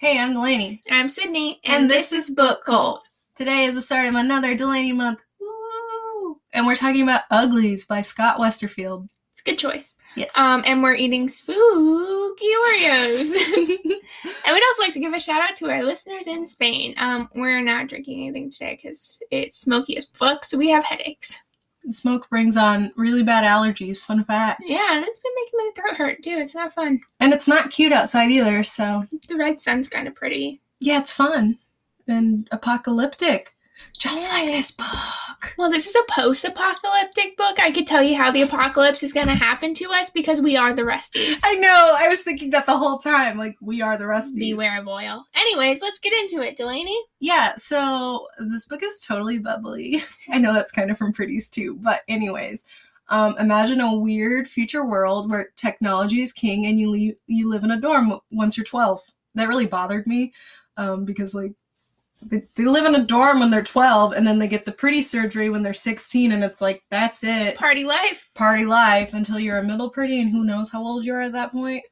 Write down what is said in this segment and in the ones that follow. Hey, I'm Delaney, I'm Sydney, and, this is Book Cult. Today is the start of another Delaney month. Woo! And we're talking about Uglies by Scott Westerfield. It's a good choice. Yes. Um, and we're eating spooky Oreos. and we'd also like to give a shout out to our listeners in Spain. Um, we're not drinking anything today because it's smoky as fuck, so we have headaches. Smoke brings on really bad allergies, fun fact. Yeah, and it's been making my throat hurt too. It's not fun. And it's not cute outside either, so The red sun's kind of pretty. yeah, it's fun and apocalyptic. Just like Yeah. this book. Well, this is a post-apocalyptic book. I could tell you how the apocalypse is going to happen to us because we are the Rusties. I know, I was thinking that the whole time. Like, we are the Rusties. Beware of oil. Anyways, let's get into it, Delaney. Yeah, so this book is totally bubbly. I know that's kind of from Pretties too, but anyways, um, imagine a weird future world where technology is king and you leave, you live in a dorm w- once you're 12. That really bothered me um, because like they, they live in a dorm when they're 12 and then they get the pretty surgery when they're 16 and it's like that's it. Party life. Party life until you're a middle pretty and who knows how old you are at that point.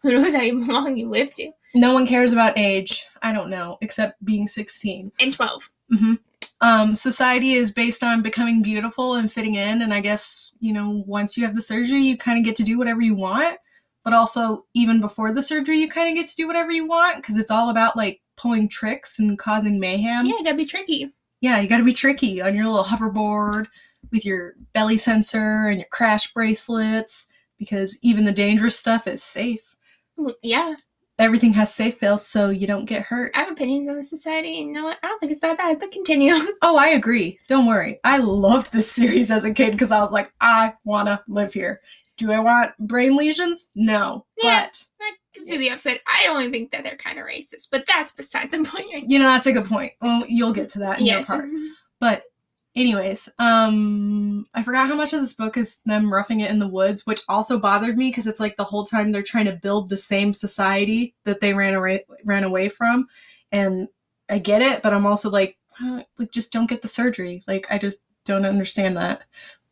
Who knows how long you live to? No one cares about age. I don't know, except being 16. And 12. hmm Um, society is based on becoming beautiful and fitting in, and I guess you know once you have the surgery, you kind of get to do whatever you want. But also, even before the surgery, you kind of get to do whatever you want because it's all about like pulling tricks and causing mayhem. yeah, gotta be tricky. Yeah, you got to be tricky on your little hoverboard with your belly sensor and your crash bracelets because even the dangerous stuff is safe. Well, Yeah, Everything has safe fails, so you don't get hurt. I have opinions on the society, and you know what? I don't think it's that bad, but continue. Oh, I agree. Don't worry. I loved this series as a kid because I was like, I want to live here. Do I want brain lesions? No. Yeah. But, I can see the upside. I only think that they're kind of racist, but that's beside the point. you know, that's a good point. Well, you'll get to that in Yes. your part. But, anyways, um, I forgot how much of this book is them roughing it in the woods, which also bothered me because it's like the whole time they're trying to build the same society that they ran away, ran away from. And I get it, but I'm also like, "Huh, like just don't get the surgery. Like I just don't understand that.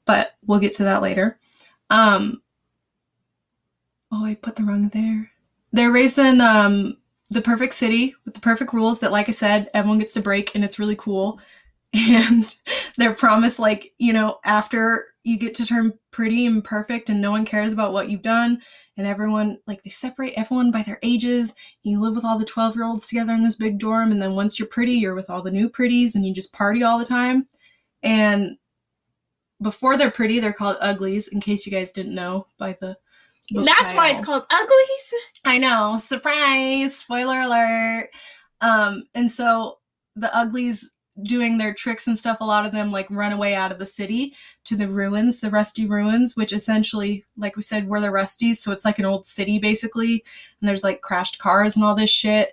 But we'll get to that later. Um, oh, I put the wrong there. They're raising um, the perfect city with the perfect rules that, like I said, everyone gets to break, and it's really cool. And they're promised, like you know, after you get to turn pretty and perfect, and no one cares about what you've done, and everyone like they separate everyone by their ages. And you live with all the twelve-year-olds together in this big dorm, and then once you're pretty, you're with all the new pretties, and you just party all the time. And before they're pretty, they're called uglies. In case you guys didn't know by the book That's why it's title. called uglies. I know. Surprise! Spoiler alert. Um, and so the uglies doing their tricks and stuff, a lot of them like run away out of the city to the ruins, the rusty ruins, which essentially, like we said, were the rusties. So it's like an old city basically. And there's like crashed cars and all this shit.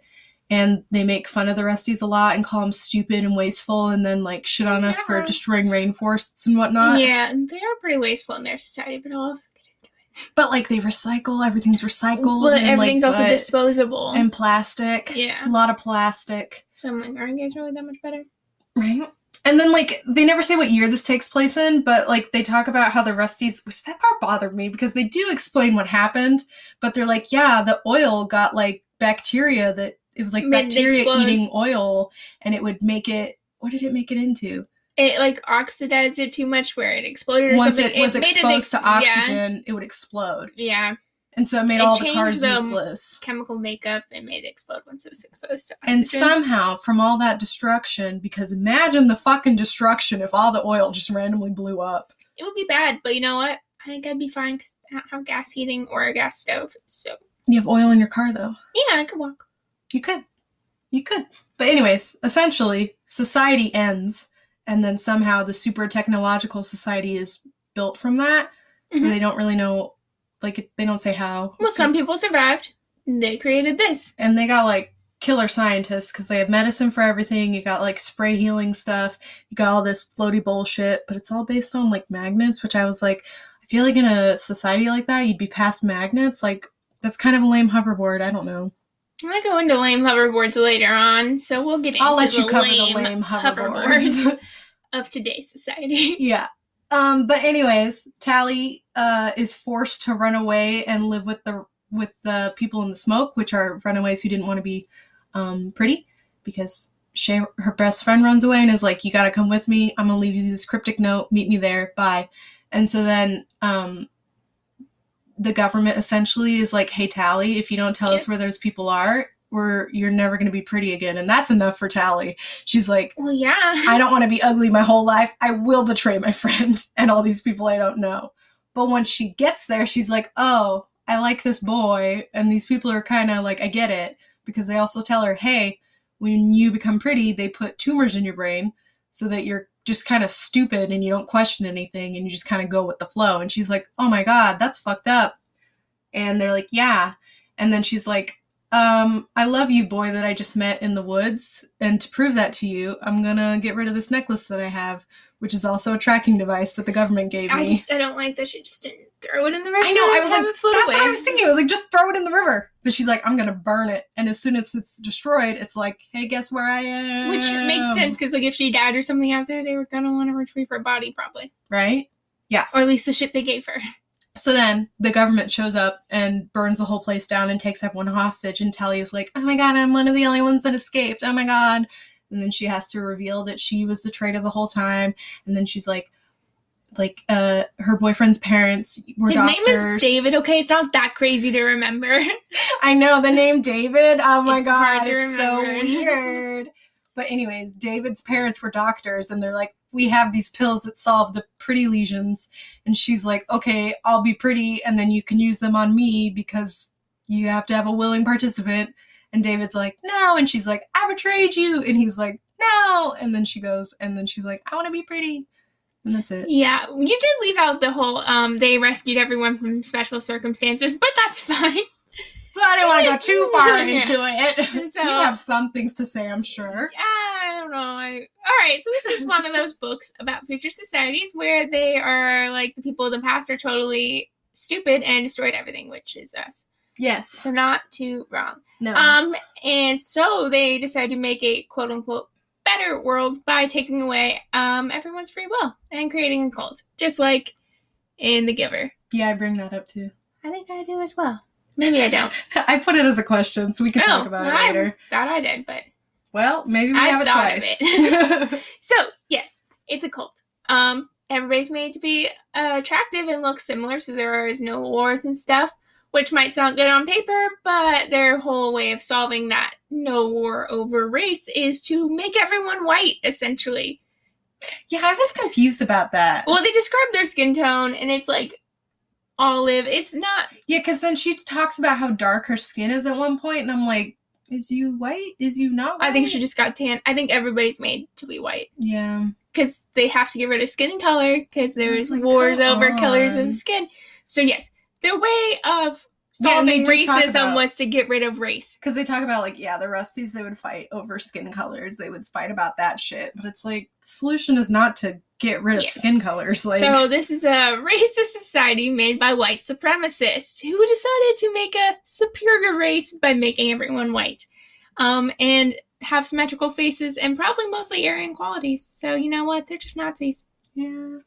And they make fun of the rusties a lot and call them stupid and wasteful and then like shit on us for Yeah. destroying rainforests and whatnot. yeah, and they are pretty wasteful in their society, but I'll also get into it. But like they recycle, everything's recycled. but and, like, everything's also but- disposable. and plastic. Yeah. a lot of plastic, so I'm like, are you guys really that much better? right? And then like they never say what year this takes place in, but like they talk about how the Rusties, which that part bothered me because they do explain what happened, but they're like, yeah, the oil got like bacteria that it was like Made it bacteria explode. eating oil, and it would make it. What did it make it into? It like oxidized it too much where it exploded or once something. it was made exposed ex- to oxygen, it would explode, Yeah, yeah, and so it made It all the changed cars the- useless. chemical makeup and made it explode once it was exposed to oxygen. And somehow, from all that destruction, because imagine the fucking destruction if all the oil just randomly blew up. it would be bad, but you know what? I think I'd be fine because I don't have gas heating or a gas stove. So You have oil in your car, though. yeah, I could walk. You could. You could. But, anyways, essentially, society ends, and then somehow the super technological society is built from that, Mhm. and they don't really know, like, they don't say how. Well, some people survived. They created this. and they got like killer scientists because they have medicine for everything. You got like spray healing stuff. You got all this floaty bullshit, but it's all based on like magnets, which I was like, I feel like in a society like that, you'd be past magnets. Like that's kind of a lame hoverboard. I don't know. I'm gonna go into lame hoverboards later on, so we'll get into I'll let the you cover lame the lame hoverboards. hoverboards. of today's society. yeah. Um, but anyways, Tally uh, is forced to run away and live with the with the people in the smoke, which are runaways who didn't want to be um, pretty, because she, her best friend runs away and is like, "You gotta come with me. I'm gonna leave you this cryptic note. Meet me there. Bye." And so then um, the government essentially is like, "Hey, Tally, if you don't tell us Yep. where those people are, we're you're never gonna be pretty again." And that's enough for Tally. She's like, Well, yeah. I don't want to be ugly my whole life. I will betray my friend and all these people I don't know. But once she gets there, she's like, oh, I like this boy. And these people are kind of like, I get it. Because they also tell her, hey, when you become pretty, they put tumors in your brain so that you're just kind of stupid and you don't question anything and you just kind of go with the flow. And she's like, oh my God, that's fucked up. And they're like, yeah. And then she's like, um, I love you, boy, that I just met in the woods. And to prove that to you, I'm gonna get rid of this necklace that I have, which is also a tracking device that the government gave me. I just I don't like that she just didn't throw it in the river. I know. I and was have like, it that's float what I away. was thinking. I was like, just throw it in the river. But she's like, I'm gonna burn it. And as soon as it's destroyed, it's like, hey, guess where I am? Which makes sense because like if she died or something out there, they were gonna want to retrieve her body probably, right? or at least the shit they gave her. So then the government shows up and burns the whole place down and takes everyone hostage. And Telly is like, oh my god, I'm one of the only ones that escaped. Oh my god. And then she has to reveal that she was the traitor the whole time. And then she's like, like uh, her boyfriend's parents were His doctors. name is David. Okay, it's not that crazy to remember. I know the name David. Oh my It's god, hard to it's so remember. weird. But anyways, David's parents were doctors, and they're like, "We have these pills that solve the pretty lesions," and she's like, "Okay, I'll be pretty, and then you can use them on me because you have to have a willing participant." And David's like, "No," and she's like, "I betrayed you," and he's like, "No," and then she goes, and then she's like, "I want to be pretty," and that's it. yeah, you did leave out the whole um they rescued everyone from special circumstances, but that's fine. But I don't want to go It's- too far yeah. into it. So- you have some things to say, I'm sure. Yeah, I don't know. I, all right, so this is one of those books about future societies where they are like the people of the past are totally stupid and destroyed everything, which is us. Yes. So not too wrong. No. Um, and so they decide to make a quote unquote better world by taking away um everyone's free will and creating a cult, just like in The Giver. Yeah, I bring that up too. I think I do as well. Maybe I Oh, don't. I put it as a question, so we can talk about it I later. thought I did, but Well, maybe we I have it thought of twice. So, yes, it's a cult. Um, everybody's made to be uh, attractive and look similar, so there is no wars and stuff, which might sound good on paper, but their whole way of solving that no war over race is to make everyone white, essentially. yeah, I was confused about that. Well, they describe their skin tone, and it's like olive. It's not. yeah, because then she talks about how dark her skin is at one point, and I'm like, is you white? Is you not? I think white?" she just got tan. I think everybody's made to be white Yeah. because they have to get rid of skin color because there I was was like, wars come over colors on. of skin. So yes, their way of Yeah, and solving they did talk racism about- was to get rid of race. Because they talk about like, yeah, the Rusties they would fight over skin colors, they would fight about that shit. But it's like the solution is not to get rid of Yes. skin colors. Like, so this is a racist society made by white supremacists who decided to make a superior race by making everyone white, um, and have symmetrical faces and probably mostly Aryan qualities. So you know what? They're just Nazis, yeah,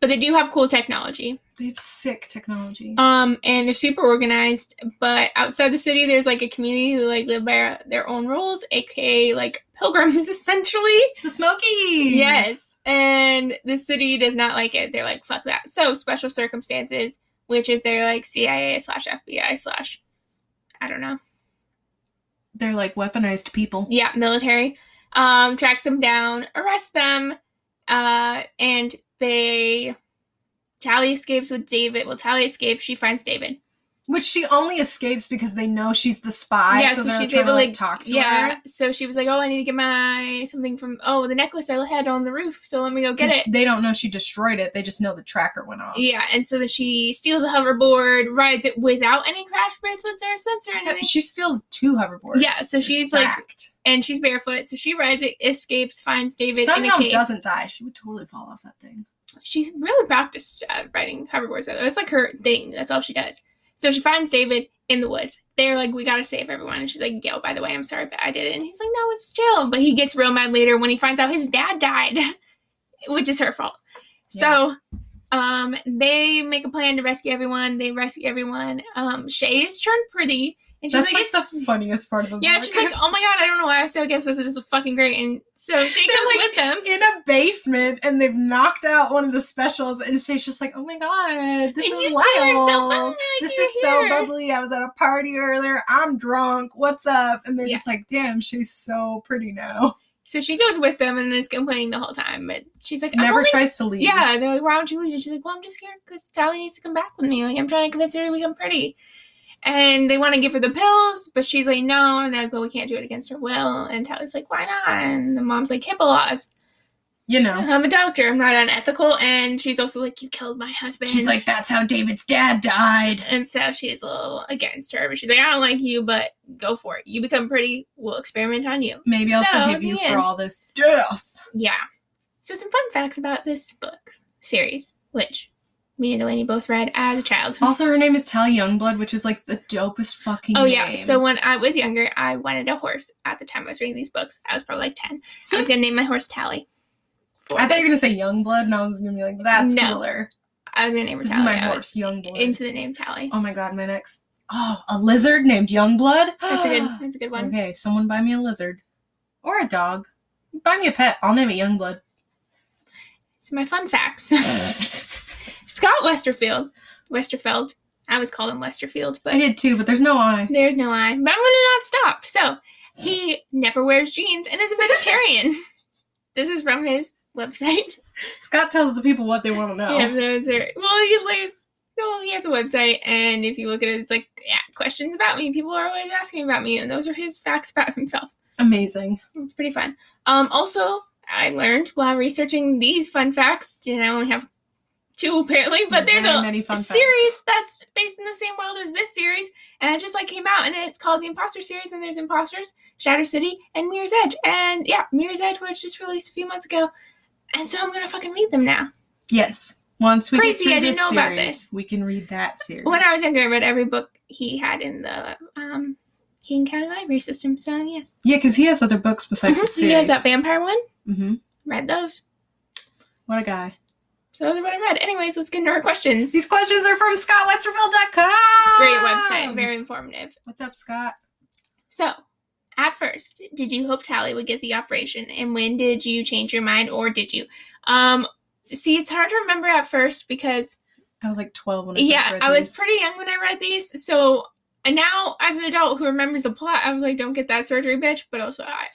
but they do have cool technology. they have sick technology. Um, and they're super organized. But outside the city, there's like a community who like live by their own rules, aka like pilgrims, essentially. the Smokies. Yes. And the city does not like it. They're like, fuck that. So special circumstances, which is they're like CIA slash FBI slash I don't know. they're like weaponized people. Yeah, military. Um, tracks them down, arrests them, uh, and they Tally escapes with David. Well, Tally escapes, she finds David. Which she only escapes because they know she's the spy. Yeah, so, so they're she's trying able to to, like talk to yeah. her. So she was like, Oh, I need to get my something from oh, the necklace I had on the roof, so let me go get 'Cause it. They don't know she destroyed it. They just know the tracker went off. Yeah, and so then she steals a hoverboard, rides it without any crash bracelets or sensor or anything. She steals two hoverboards. Yeah, so They're she's, like, stacked. and she's barefoot, so she rides it, escapes, finds David somehow in a cave. doesn't die. She would totally fall off that thing. She's really practiced uh, at riding hoverboards. though. It's like her thing. That's all she does. So she finds David in the woods. They're like, "We gotta save everyone," and she's like, "Yo, by the way, I'm sorry, but I did it." And he's like, "No, it's chill." But he gets real mad later when he finds out his dad died, which is her fault. So. Um, they make a plan to rescue everyone. They rescue everyone. Um, Shay is turned pretty, and she's That's like, like, "It's the funniest part of the Yeah, book. she's like, oh my god, I don't know why I so against this. This is fucking great. And so she They're comes like- with them. in a basement and they've knocked out one of the specials and she's just like, Oh my god, this and is you tell her so wild. funny, This you're is so here." bubbly. I was at a party earlier. I'm drunk. What's up? And they're Yeah. just like, damn, she's so pretty now. So she goes with them and is complaining the whole time. But she's like, I'm Never only tries s- to leave. Yeah, and they're like, why don't you leave? And she's like, well, I'm just here because Tally needs to come back with me. Like, I'm trying to convince her to become pretty. And they want to give her the pills, but she's like, no. And they're like, well, we can't do it against her will. And Tally's like, why not? And the mom's like, HIPAA laws. You know. I'm a doctor. I'm not unethical. And she's also like, you killed my husband. She's like, that's how David's dad died. And so she's a little against her, but she's like, I don't like you, but go for it. You become pretty, we'll experiment on you. Maybe I'll So, forgive the you end. for all this death. Yeah. So some fun facts about this book series, which me and Delaney both read as a child. Also, her name is Tally Youngblood, which is like the dopest fucking Oh yeah. name. So when I was younger, I wanted a horse. At the time I was reading these books, I was probably like ten. I was gonna name my horse Tally. for I thought you were this. gonna say Youngblood, and I was gonna be like, "That's No. cooler." I was gonna name her This Tally. is my I horse, was Youngblood. Into the name Tally. oh my god, my next. Oh, a lizard named Youngblood. That's a good. That's a good one. Okay, someone buy me a lizard or a dog. Buy me a pet. I'll name it Youngblood. So my fun facts. Scott Westerfield. Westerfeld. I always called him Westerfield, I but did too, but there's no I. there's no I. But I'm gonna not stop. So he never wears jeans and is a vegetarian. this is from his website. Scott tells the people what they want to know. Yeah, those are well he lives no, he has a website and if you look at it it's like yeah, questions about me. People are always asking about me and those are his facts about himself. Amazing. It's pretty fun. Um, also, I learned while researching these fun facts, and I only have two apparently, but there's Very a, many fun a facts. series that's based in the same world as this series, and it just like came out, and it's called the Imposter Series, and there's Imposters, Shatter City, and Mirror's Edge, and yeah, Mirror's Edge was just released a few months ago, and so I'm gonna fucking read them now. Yes. Once we Crazy, get through I didn't this know series, about this. we can read that series. When I was younger, I read every book he had in the um, King County Library System. So yes, yeah, because he has other books besides the Mm-hmm, he series. has that vampire one. hmm Read those. What a guy. So those are what I read. Anyways, let's get into our questions. These questions are from ScottWesterfield.com. Great website, very informative. What's up, Scott? So, at first, did you hope Tally would get the operation, and when did you change your mind, or did you? Um, see, it's hard to remember at first because I was like 12 when I first yeah, read I was these. pretty young when I read these. So and now, as an adult who remembers the plot, I was like, "Don't get that surgery, bitch." But also, I,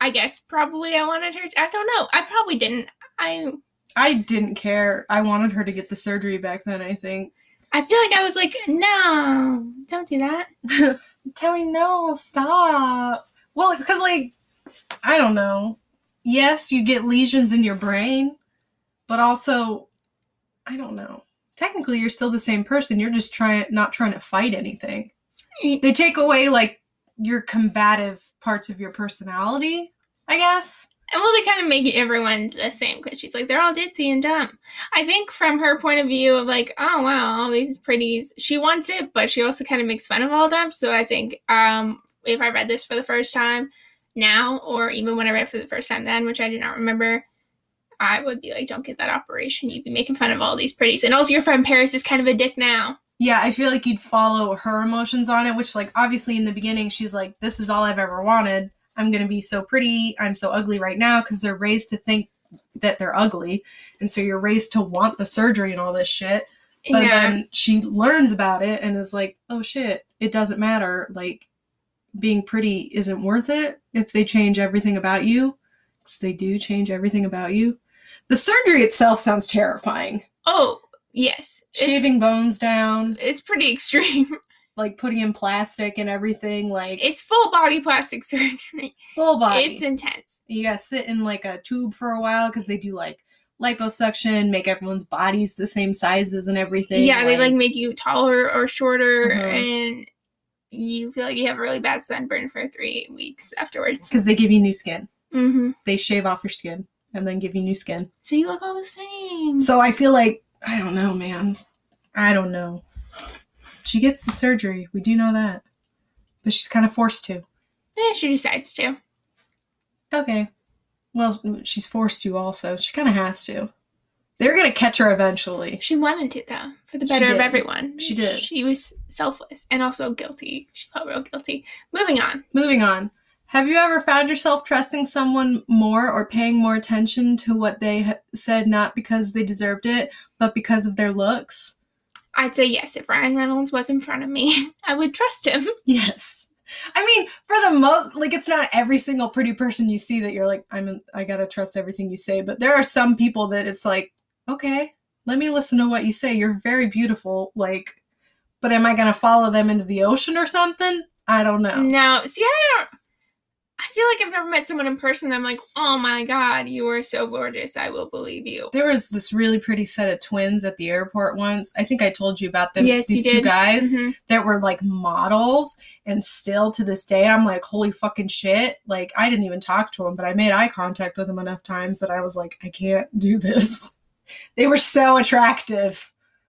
I guess probably I wanted her. I don't know. I probably didn't. I I didn't care. I wanted her to get the surgery back then, I think. I feel like I was like, "No, don't do that." Telly, no, stop. Well, because, like, I don't know. Yes, you get lesions in your brain, but also, I don't know. technically you're still the same person. You're just trying not trying to fight anything. They take away like your combative parts of your personality, I guess. And well, they kind of make everyone the same because she's like, they're all ditzy and dumb. I think from her point of view of like, oh, wow, all these pretties, she wants it, but she also kind of makes fun of all of them. So I think um, if I read this for the first time now, or even when I read it for the first time then, which I do not remember, I would be like, don't get that operation. You'd be making fun of all these pretties. And also, your friend Paris is kind of a dick now. Yeah, I feel like you'd follow her emotions on it, which, like, obviously in the beginning, she's like, this is all I've ever wanted. I'm going to be so pretty. I'm so ugly right now because they're raised to think that they're ugly. And so you're raised to want the surgery and all this shit. But Yeah. then she learns about it and is like, oh shit, it doesn't matter. Like, being pretty isn't worth it if they change everything about you. 'Cause they do change everything about you. The surgery itself sounds terrifying. Oh, yes. It's, Shaving bones down, it's pretty extreme. like putting in plastic and everything, like It's full body plastic surgery. full body. It's intense. you gotta sit in like a tube for a while because they do like liposuction, make everyone's bodies the same sizes and everything. yeah, they like make you taller or shorter, Uh-huh. and you feel like you have really bad sunburn for three weeks afterwards. because they give you new skin. hmm They shave off your skin and then give you new skin. So you look all the same. So I feel like I don't know, man. I don't know. She gets the surgery. We do know that, but she's kind of forced to. yeah, she decides to. Okay. Well, she's forced to also. She kind of has to. They're gonna catch her eventually. She wanted to though, for the She better of did. everyone. She did. She was selfless and also guilty. She felt real guilty. Moving on. Moving on. Have you ever found yourself trusting someone more or paying more attention to what they ha- said not because they deserved it, but because of their looks? I'd say yes, if Ryan Reynolds was in front of me, I would trust him. Yes. I mean, for the most, like it's not every single pretty person you see that you're like, I'm, I gotta trust everything you say. But there are some people that it's like, okay, let me listen to what you say. You're very beautiful, like, but am I gonna follow them into the ocean or something? I don't know. No, see, I don't. I feel like I've never met someone in person. That I'm like, oh my god, you are so gorgeous. I will believe you. There was this really pretty set of twins at the airport once. I think I told you about them. Yes, you these two did. guys Mhm. that were like models, and still to this day, I'm like, holy fucking shit! Like, I didn't even talk to them, but I made eye contact with them enough times that I was like, I can't do this. They were so attractive.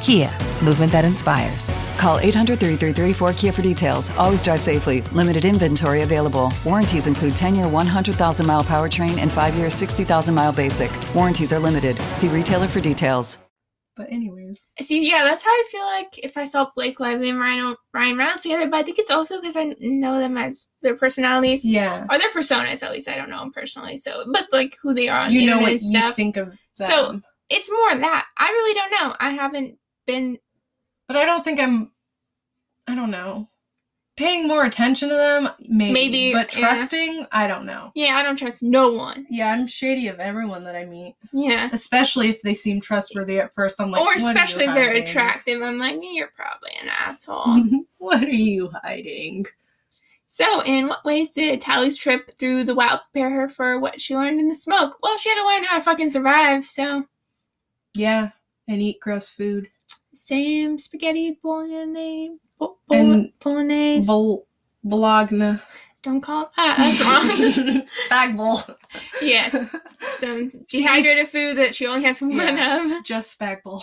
Kia, movement that inspires. Call 800 333 4KIA for details. Always drive safely. Limited inventory available. Warranties include 10 year 100,000 mile powertrain and 5 year 60,000 mile basic. Warranties are limited. See retailer for details. But anyways, See, yeah, that's how I feel like if I saw Blake Lively and Ryan, Ryan Reynolds together. But I think it's also because I know them as their personalities yeah, or their personas. At least I don't know them personally. So, but like who they are on you the know internet what and you stuff. think of them. So- it's more that I really don't know. I haven't been. but I don't think I'm. I don't know. Paying more attention to them, maybe, Maybe, but yeah. trusting, I don't know. Yeah, I don't trust no one. Yeah, I'm shady of everyone that I meet, Yeah. especially if they seem trustworthy at first. I'm like, or "What are you especially if they're hiding? attractive, I'm like, you're probably an asshole. what are you hiding? So, in what ways did Tally's trip through the wild prepare her for what she learned in the smoke? Well, she had to learn how to fucking survive, so. Yeah, and eat gross food. Same spaghetti bolognese. Bo- And- bo- bolognese. Bol- Bologna. Don't call it that. That's wrong. Spag bowl. yes. Some She- dehydrated food that she only has one Yeah. of. Just spag bowl.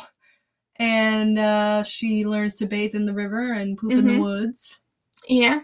And uh, she learns to bathe in the river and poop in the Mhm. woods. Yeah.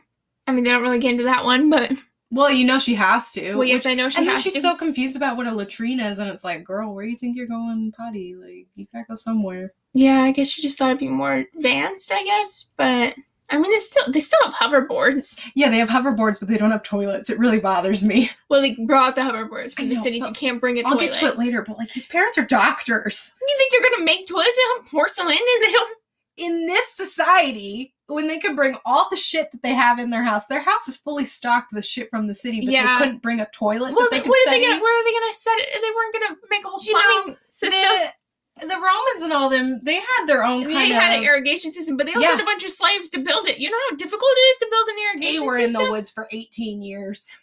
I mean, they don't really get into that one, but. Well, you know she has to. Well, yes, which- I know she and then has she's to. so confused about what a latrine is, and it's like, girl, where do you think you're going potty? Like, you gotta go somewhere. Yeah, I guess she just thought it'd be more advanced, I guess. But I mean, it's still they still have hoverboards. Yeah, they have hoverboards, but they don't have toilets. It really bothers me. Well, they brought the hoverboards from I the know, cities. You but can't bring a I'll toilet. get to it later, but like his parents are doctors. You think you're gonna make toilets out of porcelain and they don't? In this society, when they can bring all the shit that they have in their house, their house is fully stocked with shit from the city, but Yeah. they couldn't bring a toilet Well, that they they- could what are set they gonna? in. Where are they gonna set it? They weren't gonna make a whole You know, plumbing system. They- the Romans and all them, they had their own kind They of. had an irrigation system, but they also Yeah. had a bunch of slaves to build it. You know how difficult it is to build an they irrigation were in system. the woods for 18 years.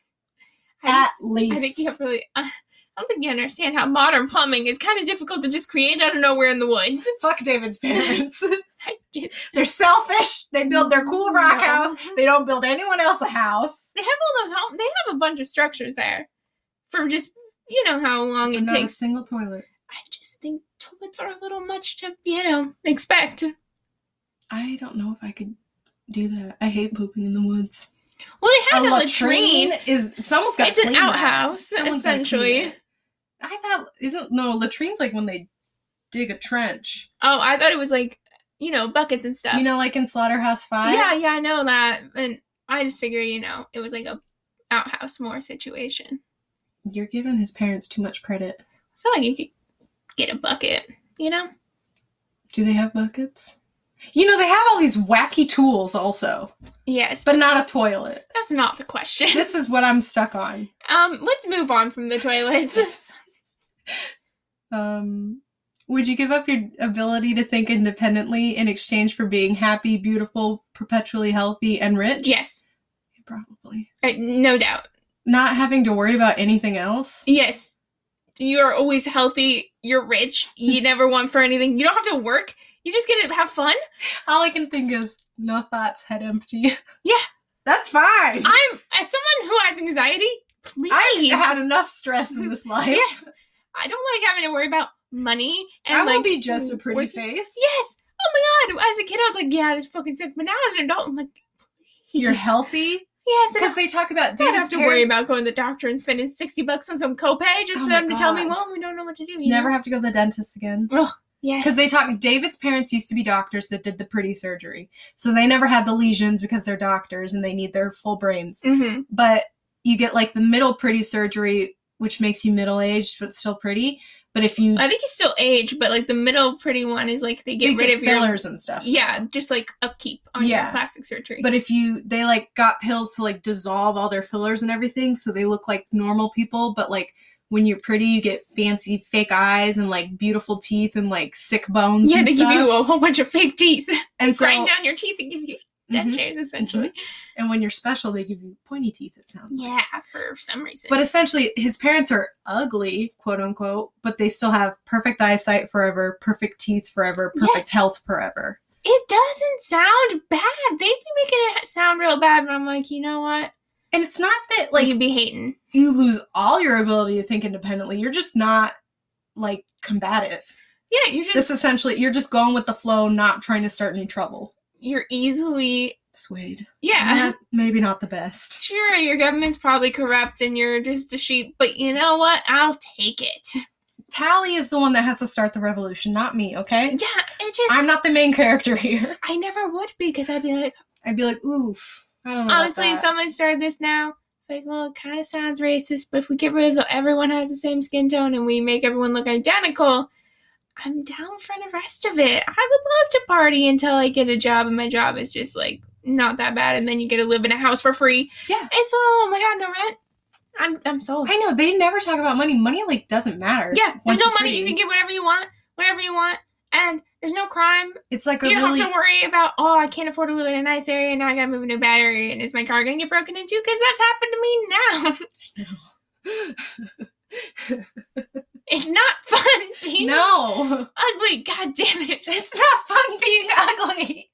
I, just- At least. I think you have really. Uh, I don't think you understand how modern plumbing is kind of difficult to just create out of nowhere in the woods. Fuck David's parents. I did- They're selfish. They build their cool rock No. house. They don't build anyone else a house. They have all those home. They have a bunch of structures there, from just you know how long it Not a takes. single toilet. I just think toilets are a little much to you know expect. I don't know if I could do that. I hate pooping in the woods. Well, they had a, latrine. is someone's got. It's an outhouse, essentially. I thought isn't no latrines like when they dig a trench. Oh, I thought it was like you know buckets and stuff. You know, like in Slaughterhouse Five. Yeah, yeah, I know that, and I just figure you know it was like a outhouse more situation. You're giving his parents too much credit. I feel like you could get a bucket. You know, Do they have buckets? You know, they have all these wacky tools also, yes, but but not a toilet. that's not the question. this is what I'm stuck on. Um, let's move on from the toilets. Um, would you give up your ability to think independently in exchange for being happy, beautiful, perpetually healthy, and rich? yes, Probably. uh, no doubt. Not having to worry about anything else? Yes. You are always healthy. You're rich. You never want for anything. You don't have to work. You just get to have fun. All I can think is no thoughts, head empty. Yeah. That's fine. I, I'm as someone who has anxiety. Please, had enough stress in this life. yes. I don't like having to worry about money. And I will like, be just a pretty working- face. Yes. Oh my god. As a kid, I was like, yeah, this fucking sick. But now as an adult, I'm like, please. You're healthy. Yes. and Because they talk about I don't David's have to worry parents about going to the doctor and spending sixty bucks on some copay just Oh for my them to tell me, God. well, we don't know what to do. You never know? have to go to the dentist again. Yes. Because they talk, David's parents used to be doctors that did the pretty surgery. So they never had the lesions because they're doctors and they need their full brains. Mhm. But you get like the middle pretty surgery, which makes you middle aged but still pretty. But if you I think you still age, but like the middle pretty one is like they get they rid of your fillers and stuff. Yeah, just like upkeep on your Yeah. plastic surgery. But if you, they like got pills to like dissolve all their fillers and everything. So they look like normal people. But like when you're pretty, you get fancy fake eyes and like beautiful teeth and like sick bones. yeah, and they stuff. give you a whole bunch of fake teeth, and so, grind down your teeth, and give you Mhm. dentures essentially. And when you're special, they give you pointy teeth, it sounds like. Yeah, for some reason. But essentially, his parents are ugly, quote unquote, but they still have perfect eyesight forever, perfect teeth forever, perfect Yes. health forever. it doesn't sound bad. They'd be making it sound real bad, but I'm like, you know what? And it's not that, Like like, you'd be hating. you lose all your ability to think independently. You're just not, like, combative. Yeah, you're just This essentially, you're just going with the flow, not trying to start any trouble. you're easily Suede. yeah. Not- maybe not the best. Sure, your government's probably corrupt and you're just a sheep, but you know what? I'll take it. Tally is the one that has to start the revolution, not me, okay? Yeah, it just I'm not the main character here. I never would be because I'd be like, I'd be like, oof. I don't know. about honestly, that. if someone started this now. Like, well, it kind of sounds racist, but if we get rid of the everyone has the same skin tone and we make everyone look identical, I'm down for the rest of it. I would love to party until I get a job and my job is just like not that bad, and then you get to live in a house for free. Yeah. It's oh my god, no rent. I'm I'm sold. I know they never talk about money. Money like doesn't matter. Yeah, there's Once no you're money. You free. can get whatever you want, whenever you want, and there's no crime. It's like a you don't really. have to worry about oh, I can't afford to live in a nice area. Now I gotta move into a bad area, and is my car gonna get broken into? Because that's happened to me now. it's not fun being no, ugly. God damn it! it's not fun being ugly.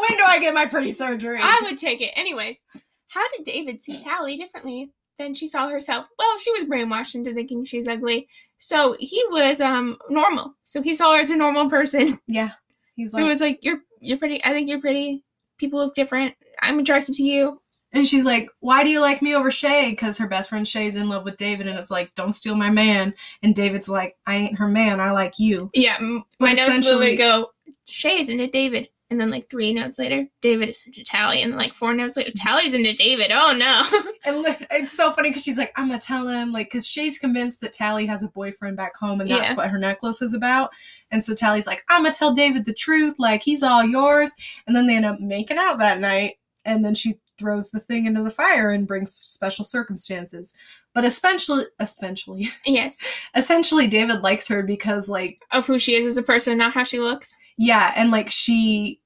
When do I get my pretty surgery? I would take it anyways. How did David see Tally differently than she saw herself? Well, she was brainwashed into thinking she's ugly, so he was um normal. So he saw her as a normal person. yeah, he's it like, was like you're you're pretty. I think you're pretty. People look different. I'm attracted to you. and she's like, "Why do you like me over Shay?" Because her best friend Shay's in love with David, and it's like, "Don't steal my man." And David's like, "I ain't her man. I like you." Yeah, m- my But notes literally essentially- go Shay's into David, and then like three notes later, David is into Tally, and then, like four notes later, Tally's into David. Oh no! And li- it's so funny because she's like, "I'm gonna tell him," like, because Shay's convinced that Tally has a boyfriend back home, and that's Yeah. what her necklace is about. And so Tally's like, "I'm gonna tell David the truth, like he's all yours." And then they end up making out that night, and then she throws the thing into the fire and brings special circumstances. But essentially, essentially, Yes. essentially, David likes her because, like, Of who she is as a person, not how she looks. yeah, and like she,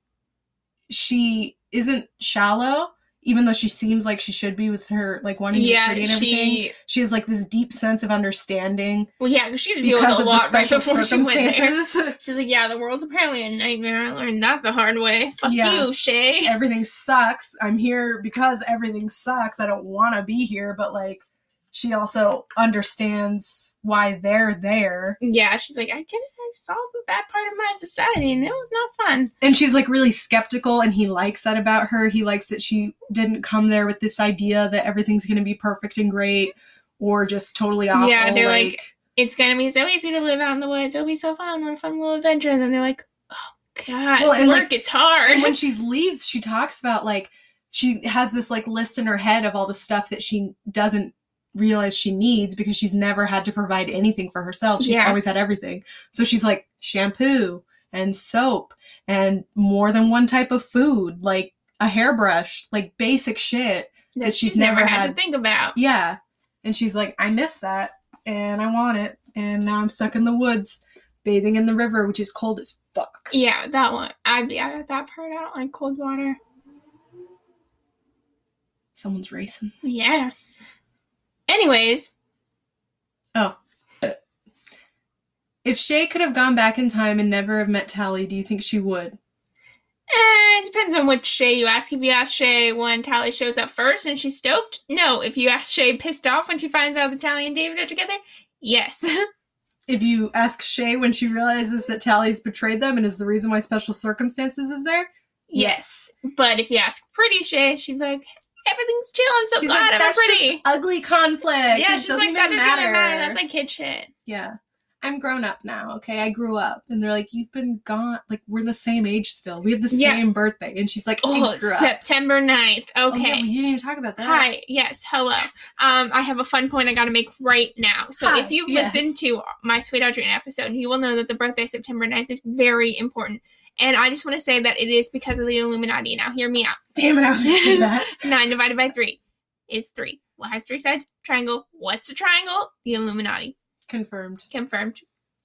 she isn't shallow, even though she seems like she should be with her, like wanting to be Yeah, pretty and everything. she. She has like this deep sense of understanding Well, yeah, 'cause she had to deal because with a of the lot right special before she went there. circumstances. She's like, yeah, the world's apparently a nightmare. I learned that the hard way. Fuck Yeah. you, Shay. everything sucks. I'm here because everything sucks. I don't want to be here, but like she also understands why they're there. Yeah, she's like, I guess I saw the bad part of my society, and it was not fun. And she's like really skeptical and he likes that about her. He likes that she didn't come there with this idea that everything's going to be perfect and great or just totally awful. Yeah, they're like- It's gonna be so easy to live out in the woods. It'll be so fun. What a fun little adventure. And then they're like, oh god, Well, and, work like- is hard. And when she leaves, she talks about like she has this like list in her head of all the stuff that she doesn't realize she needs because she's never had to provide anything for herself. She's Yeah. always had everything. So she's like shampoo and soap and more than one type of food, like a hairbrush, like basic shit. that, that she's, she's never, never had, had- to think about. Yeah. And she's like, I miss that and I want it. And now I'm stuck in the woods bathing in the river, which is cold as fuck. Yeah, that one. I'd be out of that part. I don't like cold water. Someone's racing. Yeah. Anyways, Oh. If Shay could have gone back in time and never have met Tally, do you think she would? eh, it depends on which Shay you ask. If you ask Shay when Tally shows up first and she's stoked, no. If you ask Shay pissed off when she finds out that Tally and David are together, yes. If you ask Shay when she realizes that Tally's betrayed them and is the reason why special circumstances is there, yes. But if you ask pretty Shay, she'd be like, everything's chill. I'm so she's glad like, I'm "That's pretty. just ugly conflict. yeah, it she's doesn't like, even that doesn't matter. even matter. That's like kid shit. yeah, I'm grown up now. Okay, I grew up, and they're like, you've been gone. Like we're the same age still. We have the Yeah. same birthday, and she's like, I Oh, grew up. September 9th. Oh, yeah, Okay. well, you didn't even talk about that. Hi, yes, hello. Um, I have a fun point I got to make right now. So, Hi, if you've yes. listened to my Sweet Audrina episode, you will know that the birthday September 9th is very important. And I just want to say that it is because of the Illuminati. Now, hear me out. Damn it, I was gonna say that. 9 divided by 3 is 3. What has three sides? Triangle. What's a triangle? The Illuminati. Confirmed. Confirmed.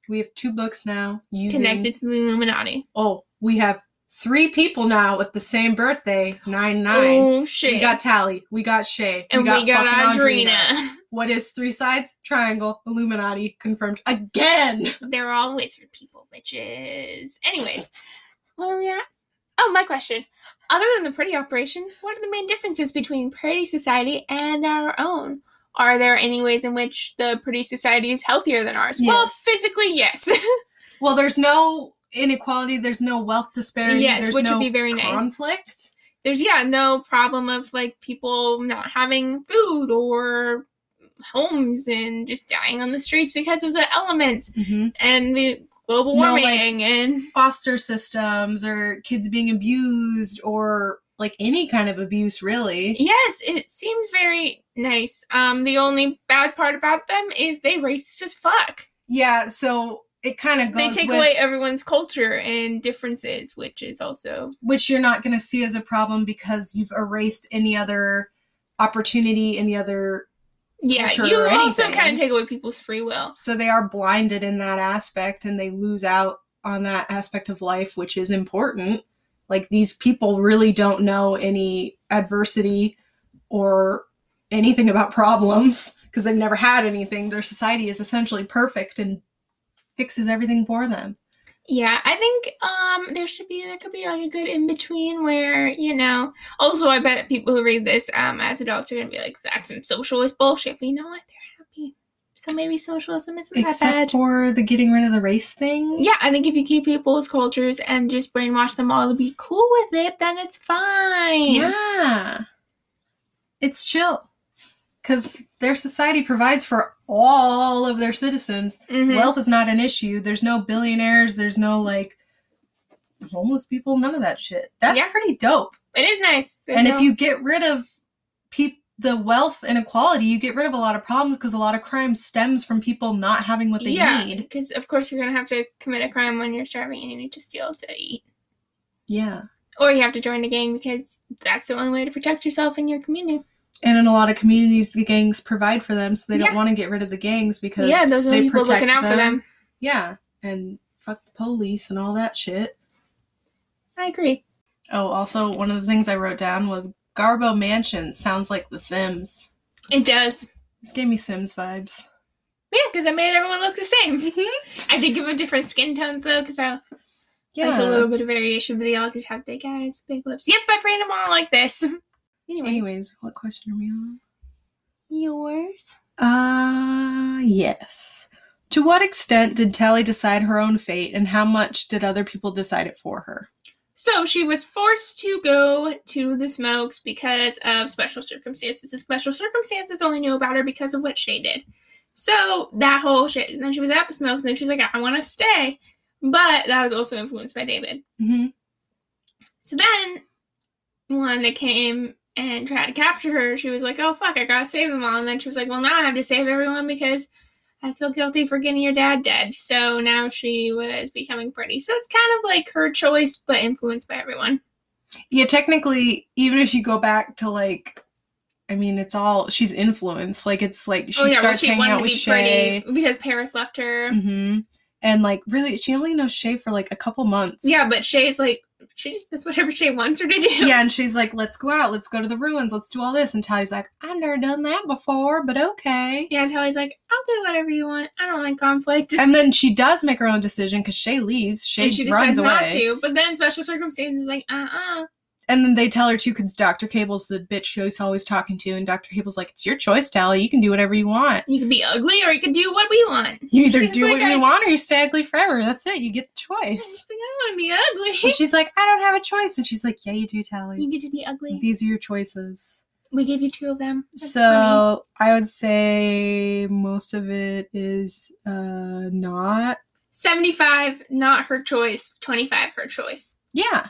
We have two books now. Using Connected to the Illuminati. oh, we have three people now with the same birthday, nine nine. Oh, shit. We got Tally, we got Shay, and we got fucking Audrina. What is three sides? Triangle, Illuminati, confirmed again. They're all wizard people, bitches. Anyways, where are we at? Oh, my question. Other than the pretty operation, what are the main differences between pretty society and our own? Are there any ways in which the pretty society is healthier than ours? Well, Yes. physically, yes. Well, there's no inequality. There's no wealth disparity. Yes, there's which would no be very nice. conflict. There's yeah, no problem of like people not having food or homes and just dying on the streets because of the elements and the global No, like- warming and Foster systems or kids being abused or like any kind of abuse, really. Yes, it seems very nice. Um, the only bad part about them is they racist as fuck. Yeah, so it kind of goes. They take with- away everyone's culture and differences, which is also which you're not going to see as a problem because you've erased any other opportunity, any other. yeah. Culture you or also anything. kind of take away people's free will. So they are blinded in that aspect and they lose out on that aspect of life, which is important. Like these people really don't know any adversity or anything about problems because they've never had anything. Their society is essentially perfect and fixes everything for them. Yeah, I think um there should be there could be like a good in between where you know. Also, I bet people who read this um as adults are gonna be like, "That's some socialist bullshit." But you know what? They're happy, so maybe socialism isn't that Except bad. for the getting rid of the race thing. Yeah, I think if you keep people's cultures and just brainwash them all to be cool with it, then it's fine. Yeah. It's chill. Because their society provides for all of their citizens. Mhm. Wealth is not an issue. There's no billionaires. There's no, like, homeless people. None of that shit. That's Yeah. pretty dope. it is nice. There's and if no- you get rid of peop the wealth inequality, you get rid of a lot of problems because a lot of crime stems from people not having what they yeah, need. because of course you're gonna have to commit a crime when you're starving and you need to steal to eat, Yeah. or you have to join a gang because that's the only way to protect yourself in your community. And in a lot of communities, the gangs provide for them, so they Yeah. don't want to get rid of the gangs because Yeah, those are the they people protect looking out for them. Yeah, and fuck the police and all that shit. I agree. Oh, also one of the things I wrote down was Garbo Mansion sounds like The Sims. It does. This gave me Sims vibes. Yeah, because I made everyone look the same. Mm-hmm. I did give them different skin tones though, because I yeah. liked a little bit of variation. But they all did have big eyes, big lips. Yep, I framed them all like this. Anyway, Anyways, what question are we on? yours. Uh, yes. To what extent did Tally decide her own fate, and how much did other people decide it for her? So she was forced to go to the smokes because of special circumstances. The special circumstances only knew about her because of what she did. So that whole shit. And then she was at the smokes, and then she's like, "I want to stay," but that was also influenced by David. Mm-hmm. So then, when they came and tried to capture her, she was like, "Oh fuck, I gotta save them all." And then she was like, "Well, now I have to save everyone because I feel guilty for getting your dad dead." So now she was becoming pretty. So it's kind of like her choice, but influenced by everyone. Yeah, technically, even if you go back to like, I mean, it's all she's influenced. Like, it's like she oh yeah, well, starts she hanging wanted out to with be Shay. pretty because Paris left her. Mm-hmm. And like, really, she only knows Shay for like a couple months. Yeah, but Shay's like she just does whatever Shay wants her to do. Yeah, and she's like, let's go out, let's go to the ruins, let's do all this. And Tally's like, I've never done that before, but okay. Yeah, and Tally's like, I'll do whatever you want. I don't like conflict. And then she does make her own decision because Shay leaves. Shay and she decides runs away. not to, but then special circumstances like, uh uh And then they tell her too, because Dr. Cable's the bitch she's always talking to. And Dr. Cable's like, it's your choice, Tally. You can do whatever you want. You can be ugly or you can do what we want. You either She's do like, what "I- you want or you stay ugly forever. That's it. You get the And choice. she's like, I don't want to be And ugly. she's like, I don't have a choice. And she's like, Yeah, you do, you Tally. get to be ugly. These are your choices. We gave you two of them. That's funny. So I would say most of it is uh not. 75, not her choice. 25, her choice. Yeah.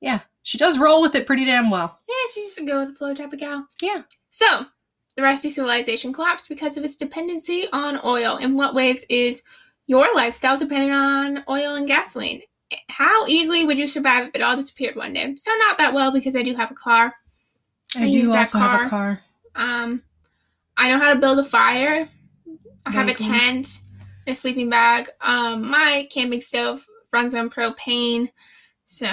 Yeah. She does roll with it pretty damn well. Yeah, she just go with the flow type of gal. Yeah. So, the rusty civilization collapsed because of its dependency on oil. In what ways is your lifestyle dependent on oil and gasoline? How easily would you survive if it all disappeared one day? So, not that well because I do have a car. I do use that also have car. a car. Um, I know how to build a fire. I have a Vaguely. tent, a sleeping bag. Um, my camping stove runs on propane, so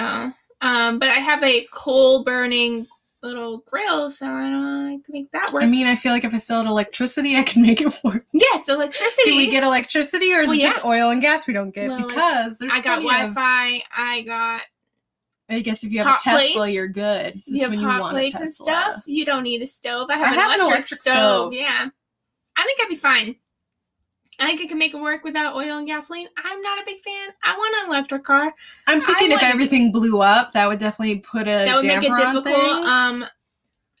um, but I have a coal burning little grill, so I don't I can make that work. I mean, I feel like if I still had electricity, I can make it work. yes, electricity. Do we get electricity or is Well, it just yeah. oil and gas we don't get? Well, because there's I got plenty Wi of- Fi. I got I guess if you have Hot a Tesla, plates? you're good. This is you have when you hot want a plates and Tesla. stuff. You don't need a stove. I have, I an, have an electric electric stove. stove. Yeah, I think I'd be fine. I think I can make it work without oil and gasoline. I'm not a big fan. I want an electric car. I'm thinking if wouldn't- everything blew up, that would definitely put a that would make it damper on difficult. things. Um,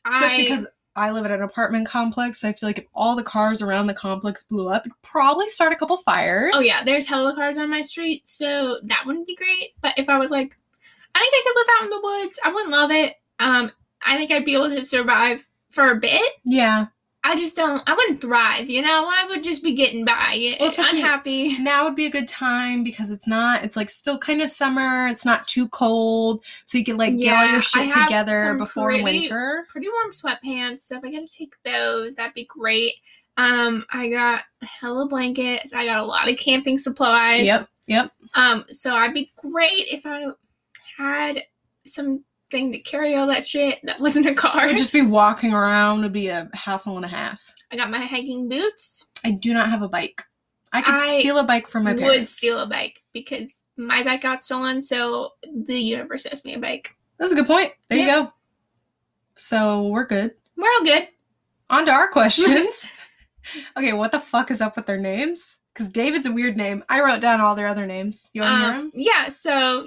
I, especially because I live at an apartment complex, so I feel like if all the cars around the complex blew up, it'd probably start a couple fires. oh yeah, there's hella cars on my street, so that wouldn't be great. But if I was like, I think I could live out in the woods. I wouldn't love it. Um, I think I'd be able to survive for a bit. yeah. I just don't. I wouldn't thrive. You know, I would just be getting by, Well, especially- unhappy. Now would be a good time because it's not. It's like still kind of summer. It's not too cold, so you can like get all Yeah, your I shit have together some before pretty- winter. Pretty warm sweatpants, so if I gotta take those, that'd be great. Um, I got hella blankets. I got a lot of camping supplies. Yep. Yep. Um, so I'd be great if I had something to carry all that shit that wasn't a I car. would just be walking around. It'd be a hassle and a half. I got my hiking boots. I do not have a bike. I could I steal a bike from my would parents. steal a bike because my bike got stolen, so the universe owes me a bike. That's a good point. There Yeah. you go. So we're good. We're all good. On to our questions. okay, what the fuck is up with their names? Because David's a weird name. I wrote down all their other names. You want to hear Um, them? yeah. So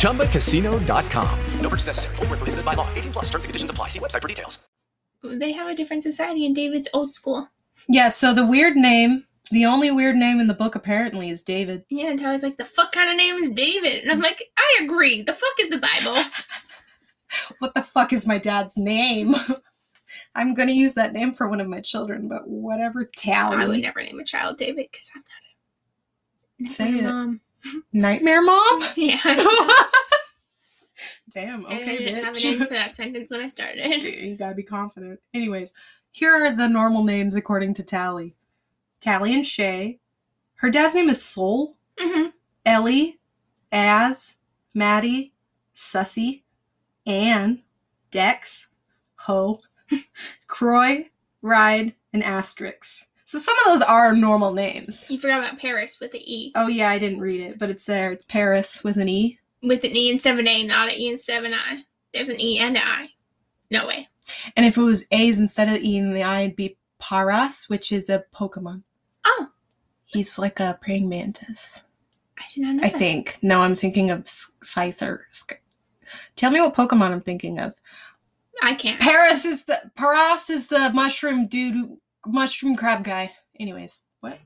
ChumbaCasino.com. No purchase necessary. Void where prohibited by law. 18 plus terms and conditions apply. See website for details. They have a different society, and David's old school. Yeah, so the weird name, the only weird name in the book apparently is David. Yeah, and Tyler's like, the fuck kind of name is David? And I'm like, I agree. The fuck is the Bible? What the fuck is my dad's name? I'm gonna use that name for one of my children, but whatever I would tally. never name a child David because I'm not a Say nightmare it. mom. Nightmare mom? Yeah. Damn, I okay, didn't have a bitch. name for that sentence when I started. you gotta be confident. Anyways, here are the normal names according to Tally. Tally and Shay. Her dad's name is Soul, hmm Ellie, Az, Maddie, Sussy, Anne, Dex, Ho, Croy, Ride, and Asterix. So some of those are normal names. You forgot about Paris with the E. Oh yeah, I didn't read it, but it's there. It's Paris with an E. With an E and 7A, not an E and 7I. There's an E and an I. No way. And if it was A's instead of E and the I, it'd be Paras, which is a Pokemon. Oh, He's like a praying mantis, I did not know I that. think. No, I'm thinking of S- Scyther. Sc- Tell me what Pokemon I'm thinking of. I can't. Paris is the Paras is the mushroom dude, who- mushroom crab guy. Anyways, what?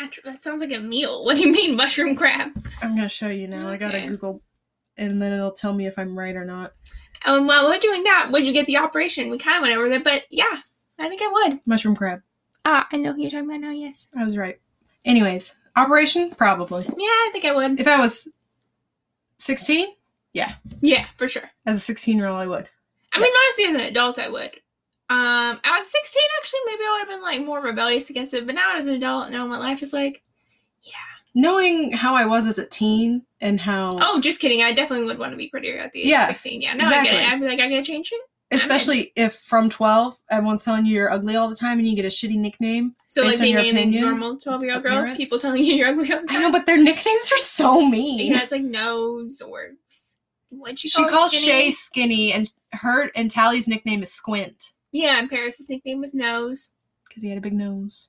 After- that sounds like a meal. What do you mean, mushroom crab? I'm gonna show you now. I gotta Okay. Google, and then it'll tell me if I'm right or not. Um, while we're doing that, would you get the operation? We kind of went over there, but yeah, I think I would. Mushroom crab. Ah, I know who you're talking about now, yes. I was right. Anyways, operation probably. Yeah, I think I would. If I was 16, Yeah, for sure. as a 16 year old, I would. I mean, honestly, as an adult, I would. Um, at 16, actually, maybe I would have been like more rebellious against it. But now, as an adult, knowing what life is like, Knowing how I was as a teen and how, oh, just kidding. I definitely would want to be prettier at the age Yeah, of 16. Yeah, no, I get it. exactly. I'd be like, I gotta change it. especially if from 12, everyone's telling you you're ugly all the time and you get a shitty nickname. So, like Based on being your a opinion normal 12 year old of girl, parents? people telling you you're ugly all the I time. know, but their nicknames are so mean. yeah, it's like nose or s- what'd she She, call it, calls skinny? Shay skinny, and her and Tally's nickname is Squint Yeah, and Paris's nickname was Nose. because he had a big nose.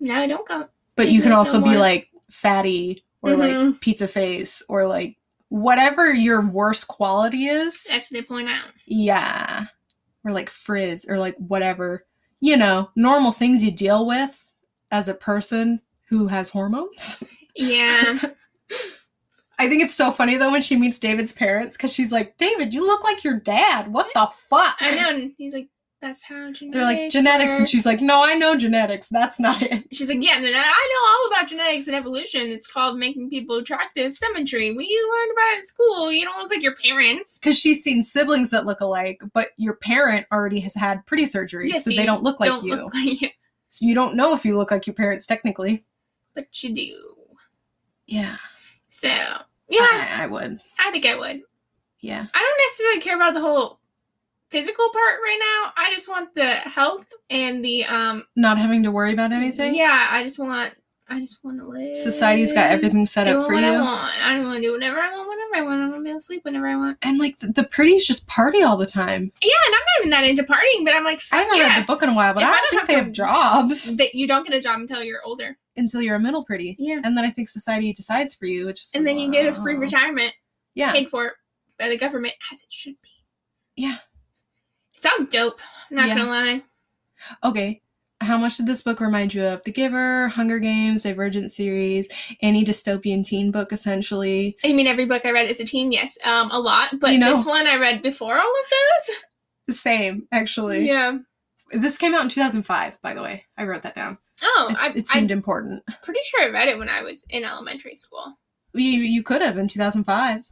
No, I don't go. But you can There's also no be more. like fatty or like Mhm. pizza face or like whatever your worst quality is. That's what they point out. Yeah. Or like frizz or like whatever. You know, normal things you deal with as a person who has hormones. Yeah. I think it's so funny though when she meets David's parents because she's like, David, you look like your dad. What the fuck? I know. And he's like, that's how genetics. They're like, genetics. And work." she's like, no, I know genetics. That's not it. She's like, yeah, no, no, I know all about genetics and evolution. It's called making people attractive symmetry. We learned about it in school. You don't look like your parents. Because she's seen siblings that look alike, but your parent already has had pretty surgery, Yeah, so so they you don't look like don't you. look like you, so you don't know if you look like your parents technically. but you do. Yeah. So yeah, I, I would. I think I would. Yeah. I don't necessarily care about the whole physical part right now. I just want the health and the um. Not having to worry about anything. Yeah, I just want. I just want to live. Society's got everything set doing up for what I you. want. I want to do whatever I want, whenever I want. I want to be able to sleep whenever I want. And like the, the pretties just party all the time. Yeah, and I'm not even that into partying, but I'm like, I haven't yeah, read the book in a while, but If I I don't don't, think have they to- have jobs that you don't get a job until you're older. until you're a middle pretty. Yeah. And then I think society decides for you, which is And then you get a free wow. retirement Yeah. paid for by the government, as it should be. Yeah. It sounds dope. I'm not Yeah. gonna lie. Okay. How much did this book remind you of? The Giver, Hunger Games, Divergent series, any dystopian teen book, essentially. I mean, every book I read as a teen, yes, um, a lot, but You know. this one I read before all of The same, those. actually. Yeah. This came out in 2005, by the way. I wrote that down. Oh, I, it I'm seemed important. pretty sure I read it when I was in elementary school. You, you could have in 2005.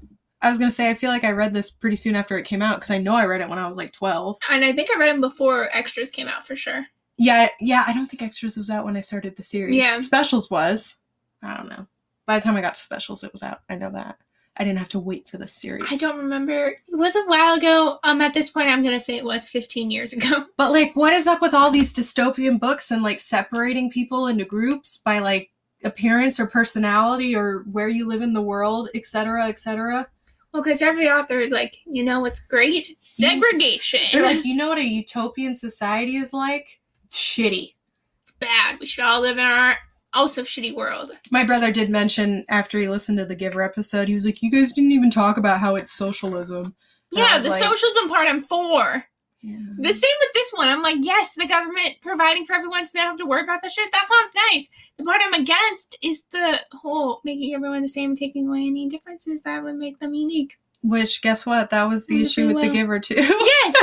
I was going to say, I feel like I read this pretty soon after it came out because I know I read it when I was like 12. And I think I read them before extras came out for sure. Yeah, yeah, I don't think Extras was out when I started the series. Yeah. Specials was. I don't know. By the time I got to Specials, it was out. I know that. I didn't have to wait for this series. I don't remember. It was a while ago. Um, at this point, I'm gonna say it was 15 years ago. But like, what is up with all these dystopian books and like separating people into groups by like appearance or personality or where you live in the world, et cetera, et cetera? Well, because every author is like, you know what's great? Segregation. Mm-hmm. They're like, you know what a utopian society is like? It's shitty. it's bad. We should all live in our also shitty world. My brother did mention after he listened to the Giver episode, he was like, "You guys didn't even talk about how it's socialism." And I Yeah, was the like, socialism part I'm for. Yeah. The same with this one. I'm like, yes, the government providing for everyone so they don't have to worry about the shit. That sounds nice. The part I'm against is the whole making everyone the same, taking away any differences that would make them unique. Which guess what? That was the Free issue with the will. Giver too. Yes!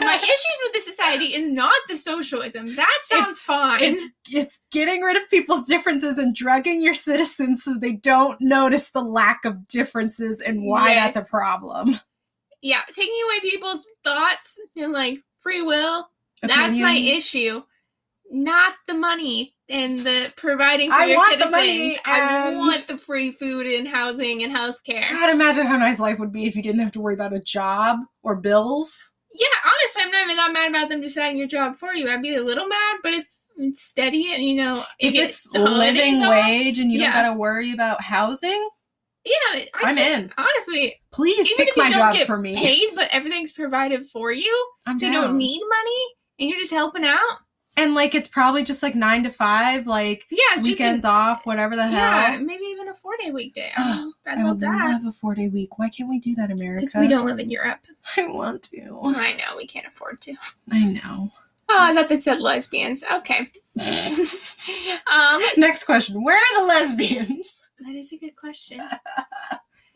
My issues with the society is not the socialism. That sounds fine. it's- it's getting rid of people's differences and drugging your citizens so they don't notice the lack of differences and why that's Yes. a problem. yeah, taking away people's thoughts and like free will. That's my Opinions. issue. Not the money and the providing for I your want the citizens. money I and- want the free food and housing and healthcare. God, imagine how nice life would be if you didn't have to worry about a job or bills. Yeah, honestly, I'm not even that mad about them deciding your job for you. I'd be a little mad, but if it's steady and you know, you If get it's the holidays living off, wage and you Yeah. don't got to worry about housing, yeah, I I'm think- in. Honestly, Please even pick if you my don't job get for me. paid, but everything's provided for you, I'm so you don't down. need money and you're just helping out. And like it's probably just like nine to five, like Yeah, it's just an weekends off, whatever the hell. Yeah, maybe even a four day weekday. Oh, I I love would that. love a four day week. Why can't we do that, America? Because we don't live in Europe. I want to. I know, we can't afford to. I know. Oh, I thought they said lesbians. Okay. um, Next question: Where are the lesbians? that is a good question.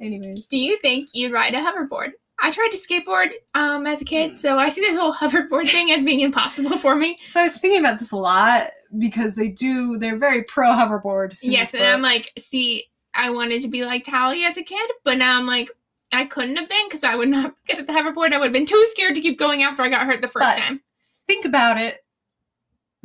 Anyways, Do you think you'd ride a hoverboard? I tried to skateboard um, as a kid, so I see this whole hoverboard thing as being impossible for me. so I was thinking about this a lot because they do. They're very pro hoverboard. in Yes, this and I'm book. like, see, I wanted to be like Tally as a kid, but now I'm like, I couldn't have been because I would not get at the hoverboard. I would have been too scared to keep going after I got hurt the first But- time. think about it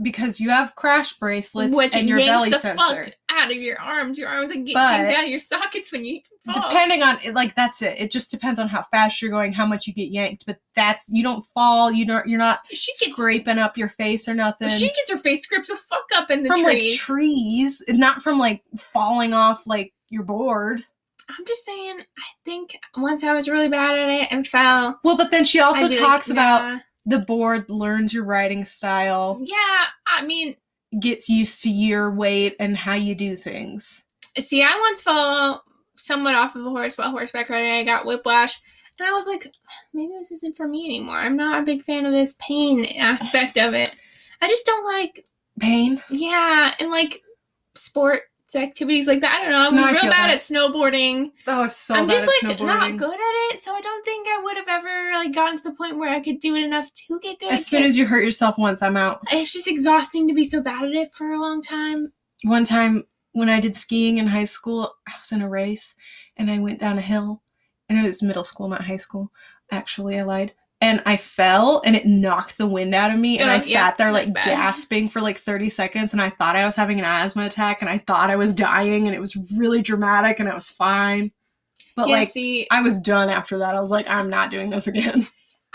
because you have crash bracelets Which and your yanks belly the sensor. fuck out of your arms. Your arms like get But- yanked out of your sockets when you fall. Depending on like that's it. It just depends on how fast you're going, how much you get yanked. But that's you don't fall. You don't. You're not she gets scraping up your face or nothing. she gets her face scraped the fuck up in the from trees. like trees, not from like falling off like your board. I'm just saying. I think once I was really bad at it and fell. Well, but then she also I'd be like, talks about "Nah." the board learns your riding style, Yeah, I mean, gets used to your weight and how you do things. see, I once fell somewhat off of a horse while horseback riding. I got whiplash. And I was like, maybe this isn't for me anymore. I'm not a big fan of this pain aspect of it. I just don't like Pain. Yeah, and like sports activities like that. I don't know. I was No, I real feel bad that. at snowboarding. Oh, it's so. I'm bad just at like snowboarding. not good at it, so I don't think I would have ever like gotten to the point where I could do it enough to get good. As soon as you hurt yourself once, I'm out. it's just exhausting to be so bad at it for a long time. One time when I did skiing in high school, I was in a race and I went down a hill. And it was middle school, not high school. Actually, I lied. And I fell and it knocked the wind out of me. And Oh, I yeah, sat there like that's bad. gasping for like 30 seconds. And I thought I was having an asthma attack and I thought I was dying. And it was really dramatic and I was fine. But yeah, like, see, I was done after that. I was like, I'm not doing this again.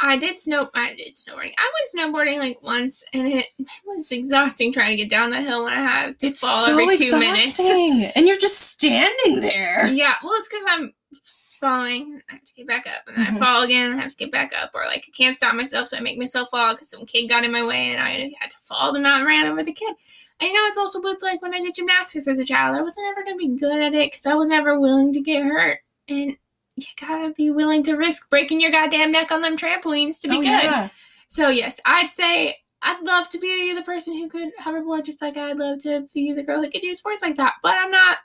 I did snow. I did snowboarding. I went snowboarding like once, and it was exhausting trying to get down that hill when I had to It's fall so every two minutes. exhausting. And you're just standing there. Yeah, well, it's because I'm s- falling. and I have to get back up, and then Mhm. I fall again. And I have to get back up, or like I can't stop myself, so I make myself fall because some kid got in my way, and I had to fall, and I ran over the kid. And you know, it's also with like when I did gymnastics as a child, I wasn't ever gonna be good at it because I was never willing to get hurt, and you gotta be willing to risk breaking your goddamn neck on them trampolines to be Oh, good. yeah. So yes, I'd say I'd love to be the person who could hoverboard, just like I'd love to be the girl who could do sports like that. But I'm not.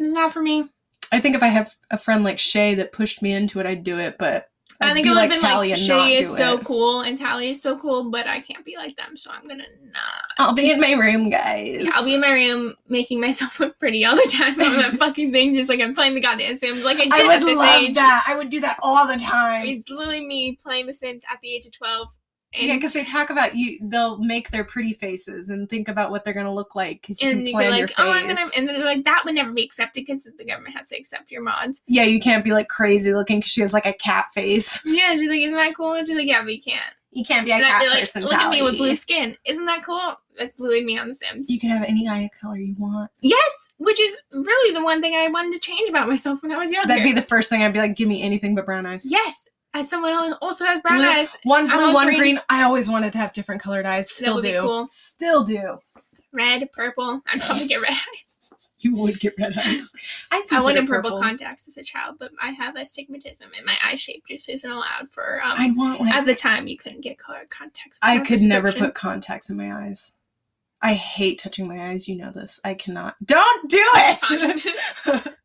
It's not for me. I think if I have a friend like Shay that pushed me into it, I'd do it. But I'd I think be it would have been Tally like and not Shay is do so it. cool and Tally is so cool, but I can't be like them, so I'm gonna not. I'll be in my room, guys. I'll be in my room making myself look pretty all the time on that fucking thing, just like I'm playing the goddamn Sims, like I did I at would this love age. that. I would do that all the time. It's literally me playing the Sims at the age of twelve And, yeah, because they talk about you. They'll make their pretty faces and think about what they're going to look like because you and can you plan go your like, face. oh, I'm gonna, and then they're like, that would never be accepted because the government has to accept your mods. yeah, you can't be like crazy looking because she has like a cat face. Yeah, and she's like, isn't that cool? And she's like, yeah, but you can't. You can't be a and I'd cat be like, person. look at me with blue skin. Isn't that cool? That's literally me on The Sims. You can have any eye color you want. yes, which is really the one thing I wanted to change about myself when I was younger. That'd be the first thing I'd be like, give me anything but brown eyes. yes, as someone else also has brown Blue, eyes, one I'm blue, all one green. green. I always wanted to have different colored eyes. That Still would be do. cool. Still do. red, purple. I'd probably get red eyes. You would get red eyes. I'd I consider wanted purple, contacts as a child, but I have astigmatism, and my eye shape just isn't allowed for. Um, I'd want like at the time, you couldn't get color contacts. I without could never prescription. put contacts in my eyes. I hate touching my eyes. You know this. I cannot. Don't do it.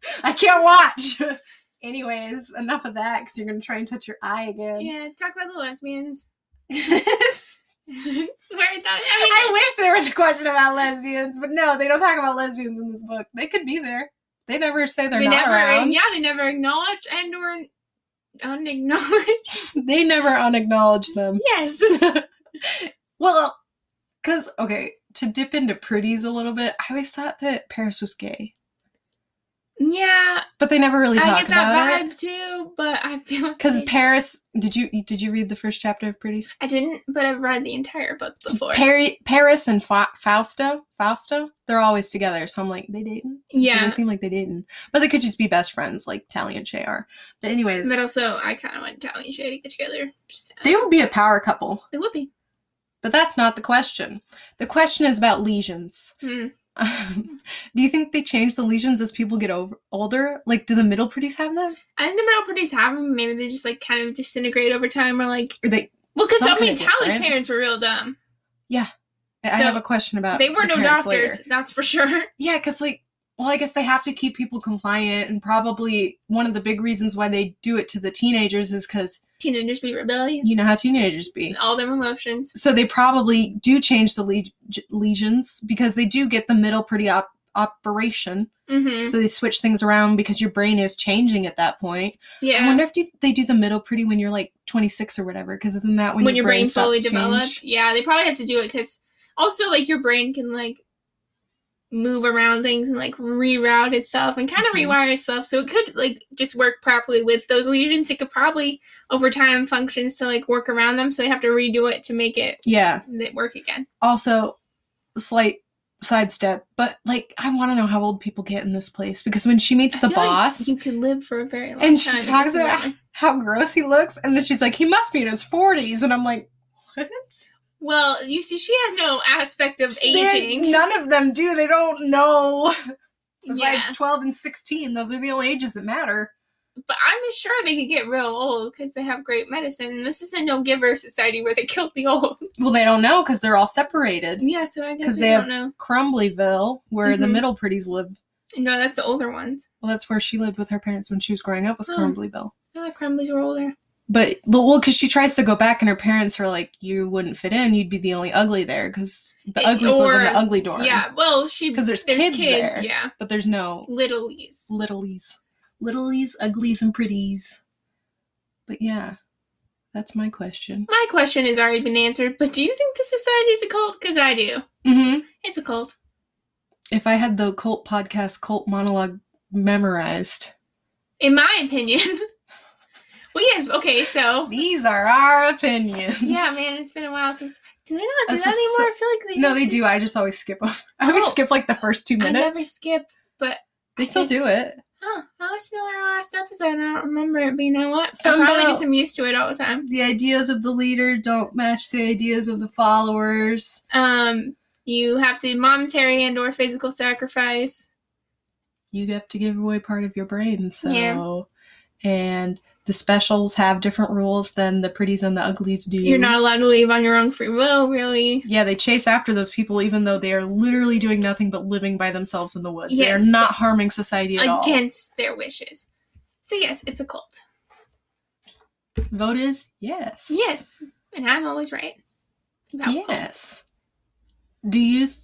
I can't watch. Anyways, enough of that because you're gonna try and touch your eye again. Yeah, talk about the lesbians. Swear I, that. I mean, wish there was a question about lesbians, but no, they don't talk about lesbians in this book. They could be there. They never say they're they not never. around. Yeah, they never acknowledge and or unacknowledge. They never unacknowledge them. yes. Well, because okay, to dip into pretties a little bit, I always thought that Paris was gay, Yeah, but they never really talk I get that about vibe it. too, but I feel like Because they- Paris, did you did you read the first chapter of Pretties? I didn't, but I've read the entire book before. Perry, Paris and Fa- Fausto, Fausto, they're always together. So I'm like, they dating? 'Cause yeah, they seem like they didn't, but they could just be best friends like Tally and Shay are. But anyways, but also I kind of want Tally and Shay to get together. So. they would be a power couple. They would be. But that's not the question. The question is about lesions. Hmm. do you think they change the lesions as people get over- older? Like, do the middle pretties have them? I think the middle produce have them. Maybe they just like kind of disintegrate over time, or like Or they? well, because Some I mean, kinda Tally's different. parents were real dumb. I I So, have a question about. they were the no Uh, parents doctors, later. that's for sure. Yeah, because like, well, I guess they have to keep people compliant, and probably one of the big reasons why they do it to the teenagers is because Teenagers be rebellious. you know how teenagers be. all their emotions. So they probably do change the le- lesions because they do get the middle pretty op- operation. hmm So they switch things around because your brain is changing at that point. Yeah. I wonder if do- they do the middle pretty when you're like 26 or whatever, because isn't that when, when, your brain, slowly stops to develops. change? Yeah, they probably have to do it because also like your brain can like move around things and like reroute itself and kind of Mhm. rewire itself. So it could like just work properly with those lesions. It could probably over time functions to like work around them. So they have to redo it to make it Yeah. that work again. Also, slight sidestep, but like I want to know how old people get in this place because when she meets I the feel like boss you could live for a very long time. and she in talks this about manner. how gross he looks, and then she's like, he must be in his 40s. And I'm like, what? Well, you see, she has no aspect of They- aging. None of them do. They don't know. Yeah. Besides 12 and 16, those are the only ages that matter. But I'm sure they could get real old because they have great medicine. And this is a no giver society where they killed the old. Well, they don't know because they're all separated. Yeah, so I 'Cause guess we they don't have- know. Crumblyville, where the Mhm. middle pretties live. No, that's the older ones. Well, that's where she lived with her parents when she was growing up, was Oh. Crumblyville. No, the Crumblies were older. But, but well, because she tries to go back, and her parents are like, "You wouldn't fit in. You'd be the only ugly there, because the It- uglies live in Eh, or- the ugly dorm. Yeah, well, she 'Cause there's kids there. Yeah, but there's no littlies. littlies, littlies, uglies, and pretties. But yeah, that's my question. My question has already been answered, but do you think the society is a cult? Because I do. Mm-hmm. It's a cult. If I had the cult podcast cult monologue memorized, In my opinion. well, yes, okay, so. these are our opinions. Yeah, man, it's been a while since. Do they not do A that soci- anymore? I feel like they. No, don't they do. I just always skip them. I always Oh. skip like the first two I minutes. never skip, but. they still do it. Huh, I listened to our last episode and I don't remember it, but you know what? So I probably about- just am used to it all the time. The ideas of the leader don't match the ideas of the followers. Um, you have to monetary and or physical sacrifice. You have to give away part of your brain. So, Yeah. and the specials have different rules than the pretties and the uglies do. You're not allowed to leave on your own free will, really. Yeah, they chase after those people, even though they are literally doing nothing but living by themselves in the woods. Yes, they are not harming society at all. Against their wishes. So yes, it's a cult. Vote is yes. Yes. And I'm always right. About cults. Yes. Do you?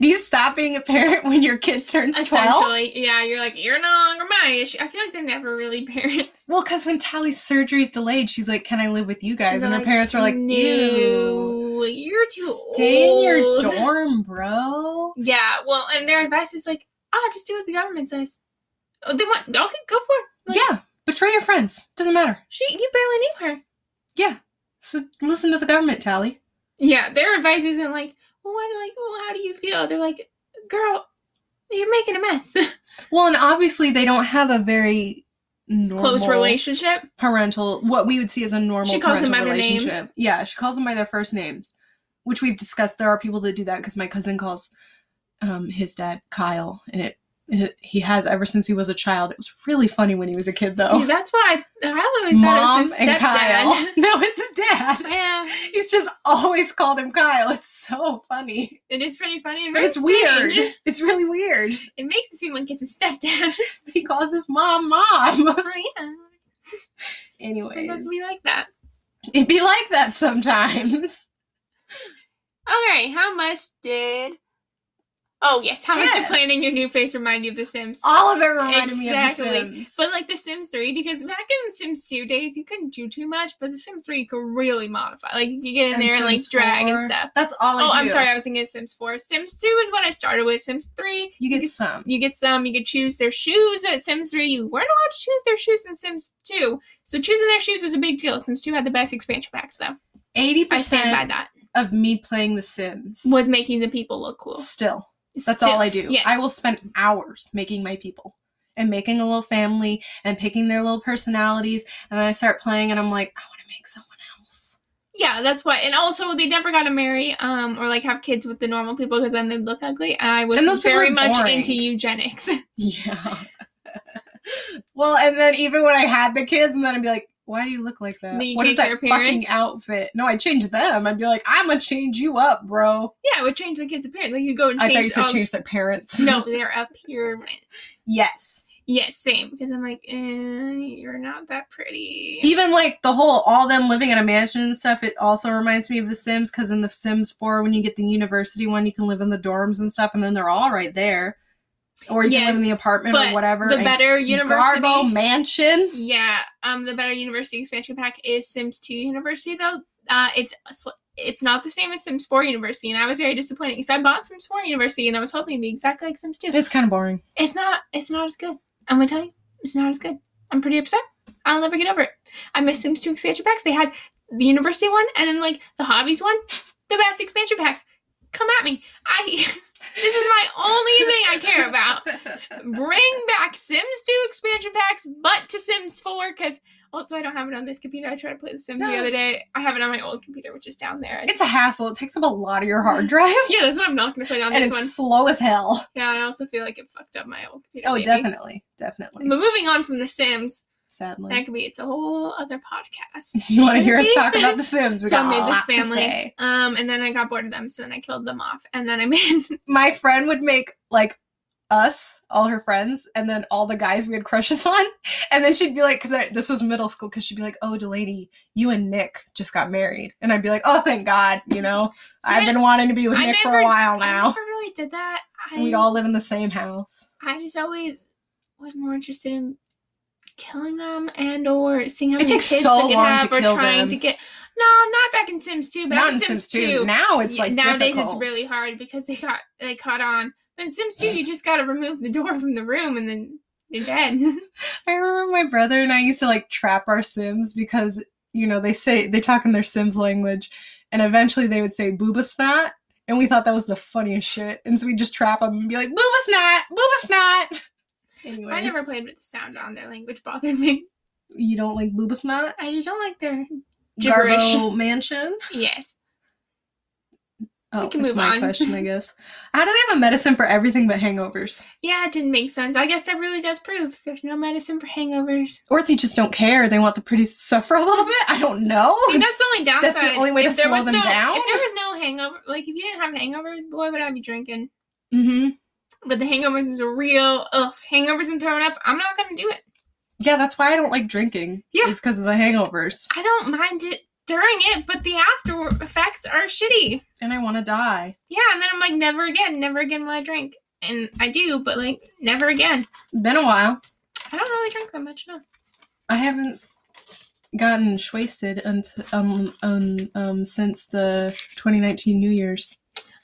Do you stop being a parent when your kid turns 12? Essentially, yeah, you're like, you're no longer my issue. I feel like they're never really parents. Well, because when Tally's surgery is delayed, she's like, Can I live with you guys? They're And her parents are like, No. no, you're too Stay in your old. dorm, bro. Yeah, well, and their advice is like, ah, just do what the government says. Oh, they want, okay, go for it. Like, yeah. Betray your friends. Doesn't matter. She, you barely knew her. Yeah. So listen to the government, Tally. Yeah, their advice isn't like, well, what, like, well, how do you feel? They're like, girl, you're making a mess. Well, and obviously they don't have a very normal Close relationship. parental what we would see as a normal She calls them by parental their names. relationship. Yeah, she calls them by their first names, which we've discussed. There are people that do that because my cousin calls um, his dad Kyle, and it, it he has ever since he was a child. It was really funny when he was a kid, though. See, that's why I, I always thought it Mom was his and Kyle. stepdad. No, it's his dad. yeah, He's just always called him Kyle. It's so funny, it is pretty funny. and but very it's weird. strange. It's really weird. It makes it seem like it's a stepdad. He calls his mom mom. oh, yeah. Anyways, Sometimes we like that. it'd be like that sometimes. All right, how much did. Oh, yes, how much did Yes. planning your new face remind you of The Sims? All of it reminded me of The Exactly. Sims. But like The Sims 3, because back in Sims 2 days, you couldn't do too much, but The Sims 3 you could really modify. Like, you could get in And there and like Sims drag and 4. stuff. That's all I Oh, do. I'm sorry, I was thinking of Sims 4. Sims 2 is what I started with. Sims 3, You get some. you get some, you could choose their shoes at Sims 3. You weren't allowed to choose their shoes in Sims 2. So choosing their shoes was a big deal. Sims 2 had the best expansion packs, though. I stand by 80% that. of me playing The Sims Was making the people look cool. still. That's Still- all I do. Yes. I will spend hours making my people and making a little family and picking their little personalities. And then I start playing and I'm like, I want to make someone else. Yeah, that's why. And also, they never got to marry um, or like have kids with the normal people because then they'd look ugly. And I was And those people very are much boring. into eugenics. Yeah. well, and then even when I had the kids, and then I'd be like, why do you look like that? Then you What change is that your fucking appearance? outfit? No, I changed them. I'd be like, I'm going to change you up, bro. yeah, it would change the kids' appearance. Like you go and I change. thought you said all- change their parents. No, their appearance. yes. Yes, same. Because I'm like, eh, you're not that pretty. even like the whole all them living in a mansion and stuff it also reminds me of the sims because in the sims 4 when you get the university one you can live in the dorms and stuff and then they're all right there or you can Yes, live in the apartment or but whatever the and better university. garbo mansion yeah, um, the better university expansion pack is Sims 2 University though. Uh, it's a sl- it's not the same as Sims 4 University, and I was very disappointed because I bought Sims 4 University and I was hoping it'd be exactly like Sims 2. it's kind of boring It's not. It's not as good. I'm gonna tell you, it's not as good. I'm pretty upset. I'll never get over it. I missed Sims 2 expansion packs. They had the university one and then like the hobbies one. The best expansion packs. Come at me. I. this is my only thing I care about. Bring back Sims 2 expansion packs, but to Sims 4 because. Also, I don't have it on this computer. I tried to play The Sims the No. other day. I have it on my old computer, which is down there. I it's a hassle it takes up a lot of your hard drive just- yeah, that's what I'm not going to play on and this it's one. slow as hell Yeah, and I also feel like it fucked up my old computer. oh maybe. definitely definitely But moving on from The Sims, sadly that could be its a whole other podcast. you want to hear us Should talk be. about the sims we so got I a made this lot to family, say um, and then I got bored of them, so then I killed them off, and then I made my friend would make like us, all her friends, and then all the guys we had crushes on. And then she'd be like, because this was middle school, because she'd be like, oh, Delaney, you and Nick just got married. And I'd be like, oh, thank God, you know, See, I've I- been wanting to be with I Nick for a never- while I now. never really did that. I And We'd all live in the same house. I just always was more interested in killing them and or seeing how It many takes kids so they could long have to or kill trying them. to get. No, not back in Sims Two. Back Not in in Sims, Sims 2. Now it's Yeah, like nowadays difficult. it's really hard because they got they caught on. But in Sims Two, you just got to remove the door from the room and then they're dead. I remember my brother and I used to like trap our Sims because you know they say they talk in their Sims language, and eventually they would say "booba snot," and we thought that was the funniest shit, and so we just trap them and be like "booba snot, booba snot." Anyway, I never played with the sound on. Their language bothered me. You don't like booba snot? I just don't like their gibberish. Garbo mansion. Yes. Oh, can that's move my on. question, I guess. How do they have a medicine for everything but hangovers? Yeah, it didn't make sense. I guess that really does prove there's no medicine for hangovers. Or they just don't care. They want the pretties to suffer a little bit. I don't know. See, that's the only downside. That's the only way to there slow was them no, down? If there was no hangover, like if you didn't have hangovers, boy, would I be drinking. mm-hmm. But the hangovers is a real ugh, hangovers and throwing up. I'm not gonna do it. Yeah, that's why I don't like drinking. Yeah. it's because of the hangovers. I don't mind it during it, but the after effects are shitty. and I want to die. Yeah, and then I'm like, never again, never again will I drink. And I do, but like, never again. Been a while. I don't really drink that much, no. I haven't gotten wasted until um um um since the 2019 New Year's.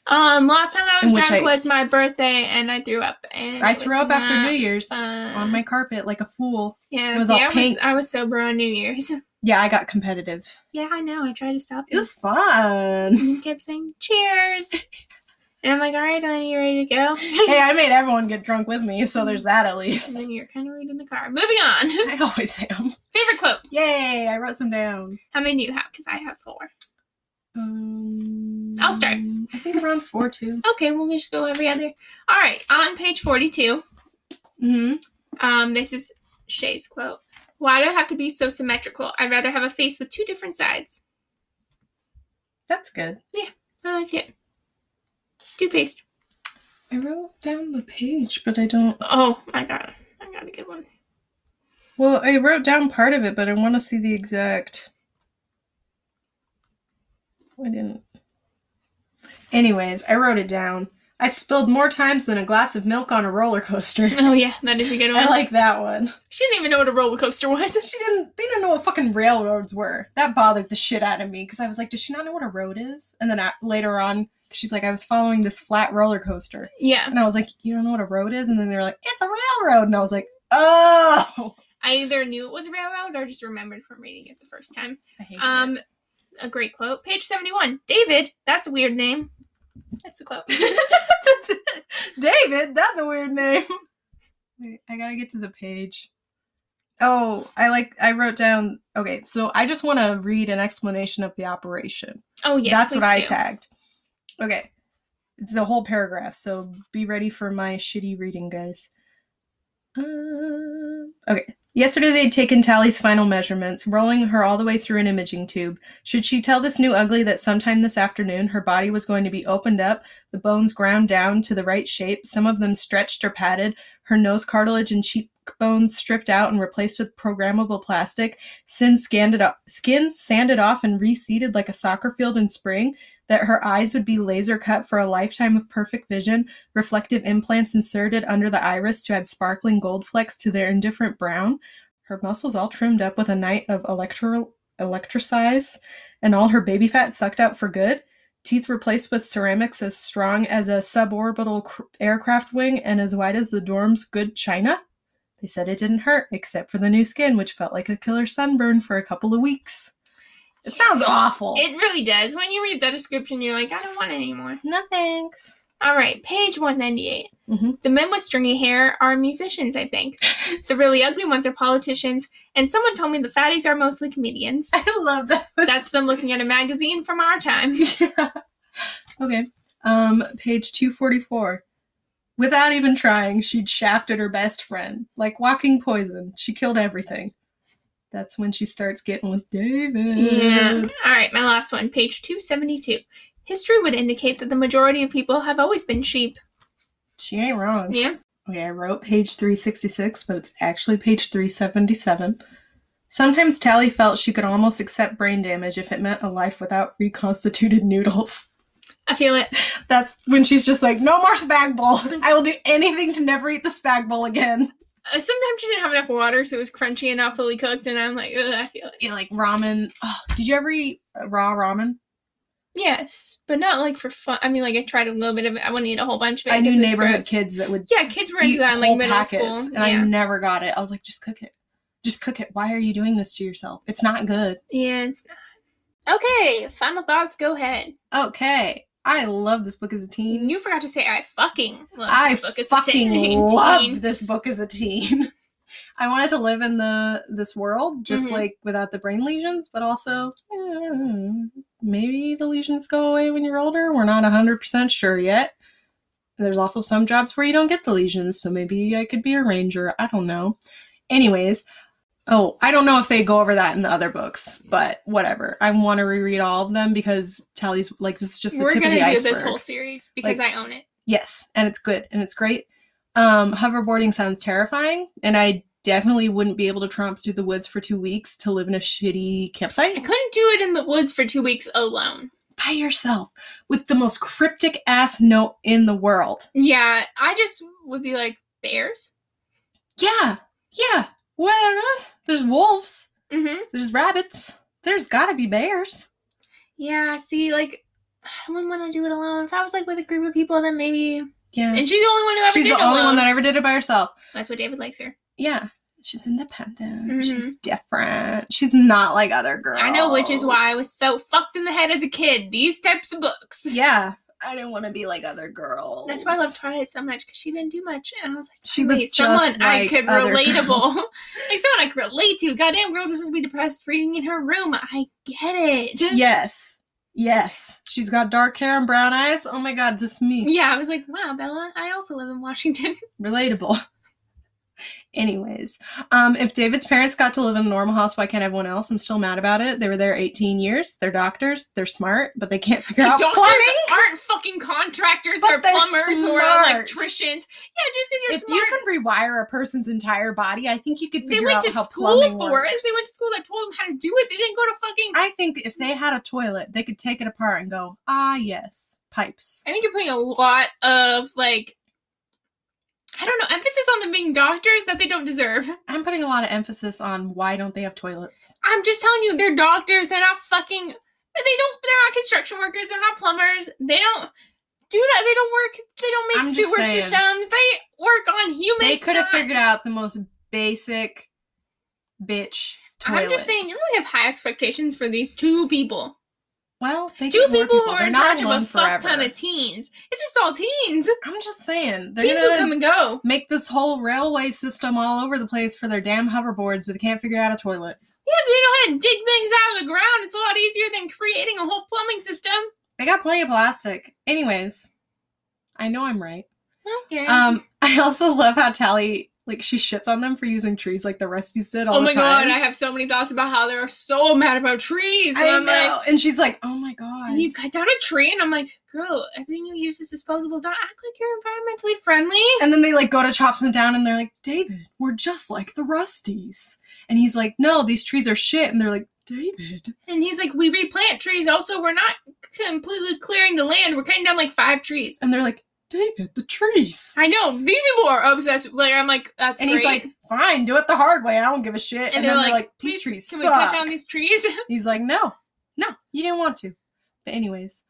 Um, last time I was And which drunk I- was my birthday, and I threw up. And I it threw was up after not New Year's fun. on my carpet like a fool. yeah. it was see, all I pink. was I was sober on New Year's. Yeah, I got competitive. Yeah, I know. I tried to stop. It was fun. and kept saying cheers, and I'm like, all right, Elena, you ready to go? hey, I made everyone get drunk with me, so there's that at and least. then you're kind of rude in the car. Moving on. I always am. Favorite quote. Yay! I wrote some down. How many do you have? Because I have four. Um, I'll start. I think around four too. Okay, well we should go every other. All right, on page forty-two. Mm-hmm. Um, this is Shay's quote. Why do I have to be so symmetrical? I'd rather have a face with two different sides. That's good. I like it. Two faced. I wrote down the page, but I don't. Oh, I got, I got a good one. Well, I wrote down part of it, but I want to see the exact. I didn't. Anyways, I wrote it down. I've spilled more times than a glass of milk on a roller coaster. Oh yeah, that is a good one. I like that one. She didn't even know what a roller coaster was. She didn't. They didn't know what fucking railroads were. That bothered the shit out of me because I was like, "Does she not know what a road is?" And then I, later on, she's like, "I was following this flat roller coaster," yeah, and I was like, "You don't know what a road is?" And then they were like, "It's a railroad," and I was like, "Oh." I either knew it was a railroad or just remembered from reading it the first time. I hate it. Um, a great quote. Page seventy-one. David, that's a weird name. That's the quote. That's it. David, that's a weird name. Wait, I gotta get to the page. Oh, I like I wrote down okay, so I just wanna read an explanation of the operation. oh yes, that's what please I do. tagged. Okay. It's the whole paragraph, so be ready for my shitty reading, guys. Um, okay. Yesterday they'd taken Tally's final measurements, rolling her all the way through an imaging tube. Should she tell this new ugly that sometime this afternoon her body was going to be opened up, the bones ground down to the right shape, some of them stretched or padded, her nose cartilage and cheekbones stripped out and replaced with programmable plastic, skin scanned it o- skin sanded off and reseeded like a soccer field in spring, that her eyes would be laser cut for a lifetime of perfect vision, reflective implants inserted under the iris to add sparkling gold flecks to their indifferent brown, her muscles all trimmed up with a night of electro electricize, and all her baby fat sucked out for good. Teeth replaced with ceramics as strong as a suborbital cr- aircraft wing and as wide as the dorm's good china. They said it didn't hurt, except for the new skin, which felt like a killer sunburn for a couple of weeks. It sounds awful. It really does. When you read that description, you're like, I don't want it anymore. no thanks. All right, page 198. Mhm. The men with stringy hair are musicians, I think. the really ugly ones are politicians, and someone told me the fatties are mostly comedians. I love that. That's them looking at a magazine from our time. Okay. Um, page 244. Without even trying, she'd shafted her best friend. Like walking poison, she killed everything. That's when she starts getting with David. Yeah. All right, my last one, page 272. History would indicate that the majority of people have always been sheep. She ain't wrong. Yeah. Okay, I wrote page 366, but it's actually page 377. Sometimes Tally felt she could almost accept brain damage if it meant a life without reconstituted noodles. I feel it. That's when she's just like, no more spag bowl. I will do anything to never eat the spag bowl again. Uh, Sometimes you didn't have enough water, so it was crunchy and not fully cooked, and I'm like, ugh, I feel it. you know, like ramen. Oh, did you ever eat raw ramen? Yes, but not like for fun. I mean, like I tried a little bit of it. I wouldn't eat a whole bunch of it. I knew 'cause it's neighborhood gross. kids that would Yeah, kids were eat into that in like whole middle packets, school. and yeah. I never got it. I was like, just cook it, just cook it. Why are you doing this to yourself? It's not good. yeah, it's not. Okay, final thoughts. Go ahead. Okay, I love this book as a teen. You forgot to say I fucking love Mm. I this book. It's fucking a teen. loved this book as a teen. I wanted to live in the this world, just Mhm. like without the brain lesions, but also eh, maybe the lesions go away when you're older. We're not hundred percent sure yet. There's also some jobs where you don't get the lesions, so maybe I could be a ranger. I don't know. Anyways, oh, I don't know if they go over that in the other books, but whatever. I want to reread all of them because Tally's like this is just the We're tip of gonna the do iceberg. this whole series because I own it. Yes, and it's good and it's great. Um, hoverboarding sounds terrifying, and I definitely wouldn't be able to tromp through the woods for two weeks to live in a shitty I campsite couldn't do it in the woods for two weeks alone. by yourself with the most cryptic ass note in the world. Yeah, I just would be like, bears? Yeah, yeah. Well, there's wolves, Mm-hmm. there's rabbits, there's gotta be bears. Yeah, see, like, I wouldn't want to do it alone. If I was like with a group of people, then maybe. Yeah. And she's the only one who ever Mm. She's did the it only alone. one that ever did it by herself. That's what David likes her. Yeah. She's independent. Mhm. She's different. She's not like other girls. I know, which is why I was so fucked in the head as a kid. These types of books. Yeah. I didn't want to be like other girls. That's why I love Twilight so much because she didn't do much, and I was like, She "Finally, was just someone I like could other relatable, girls. like someone I could relate to." Goddamn, girl just supposed to be depressed reading in her room. I get it. Yes. Yes. She's got dark hair and brown eyes. Oh my god, this is me. Yeah, I was like, "Wow, Bella, I also live in Washington." Relatable. Anyways, um, if David's parents got to live in a normal house, why can't everyone else? I'm still mad about it. They were there 18 years. They're doctors. They're smart, but they can't figure out Doctors plumbing. aren't fucking contractors But or they're plumbers or smart. electricians. Yeah, just because you're if smart. you could rewire a person's entire body, I think you could they figure went out to how school plumbing for works. it. They went to school that told them how to do it. They didn't go to fucking. I, I think if they had a toilet, they could take it apart and go, ah, yes, pipes. think you're putting a lot of like, I don't know, emphasis on them being doctors that they don't deserve. I'm putting a lot of emphasis on why don't they have toilets? I'm just telling you, they're doctors. They're not fucking. They don't. They're not construction workers. They're not plumbers. They don't do that. They don't work. They don't make I'm just sewer saying. systems. They work on humans. They could have not- figured out the most basic bitch toilet. I'm just saying, you really have high expectations for these two people. Well, they Two get more people, who are They're in not charge of a alone fuck ton forever. of teens. It's just all teens. I'm just saying they're Teens will gonna come and go. make this whole railway system all over the place for their damn hoverboards, but they can't figure out a toilet. Yeah, but they know how to dig things out of the ground. It's a lot easier than creating a whole plumbing system. They got plenty of plastic. Anyways, I know I'm right. Okay. Um, I also love how Tally like she shits on them for using trees like the Rusties did all oh the my god, time. I have so many thoughts about how they're so mad about trees. And I am like, know. and she's like, "Oh my god, you cut down a tree and i'm like girl everything you use is disposable don't act like you're environmentally friendly And then they like go to chop some down and they're like, David, we're just like the Rusties. And he's like, No, these trees are shit. And they're like, David. and he's like we replant trees also we're not completely clearing the land we're cutting down like five trees And they're like, David, the trees. i know these people are obsessed with like i'm like that's And great. he's like, Fine, do it the hard way. I don't give a shit. and, And, they're, then like, These "Please, trees can suck. we cut down these trees He's like, No, no, you didn't want to. But, anyways,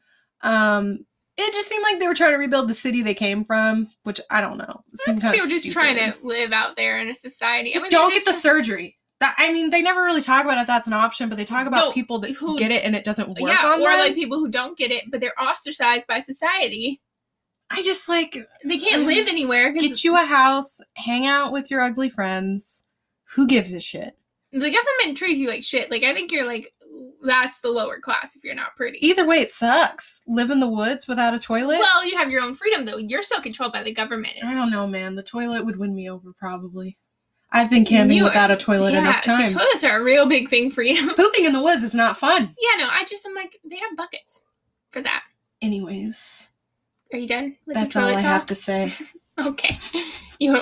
um, it just seemed like they were trying to rebuild the city they came from, which I don't know. It seemed people kind are of just trying to live out there in a society I Just mean, they're don't get the just- surgery. That, I mean, they never really talk about if that's an option, but they talk about No, people that who- get it and it doesn't work yeah on or them. like people who don't get it but they're ostracized by society I just like they can't Mm. live anywhere 'cause get you a house, hang out with your ugly friends. Who gives a shit? the government treats you like shit. Like I think you're like that's the lower class if you're not pretty. Either way, it sucks. Live in the woods without a toilet. well, you have your own freedom though. You're still controlled by the government. I don't know, man. The toilet would win me over probably. I've been camping You- without a toilet yeah, enough times. So toilets are a real big thing for you. Pooping in the woods is not fun. yeah, no, I just am like they have buckets for that. Anyways, Are you done with that's the all toilet I talk? have to say. Okay. You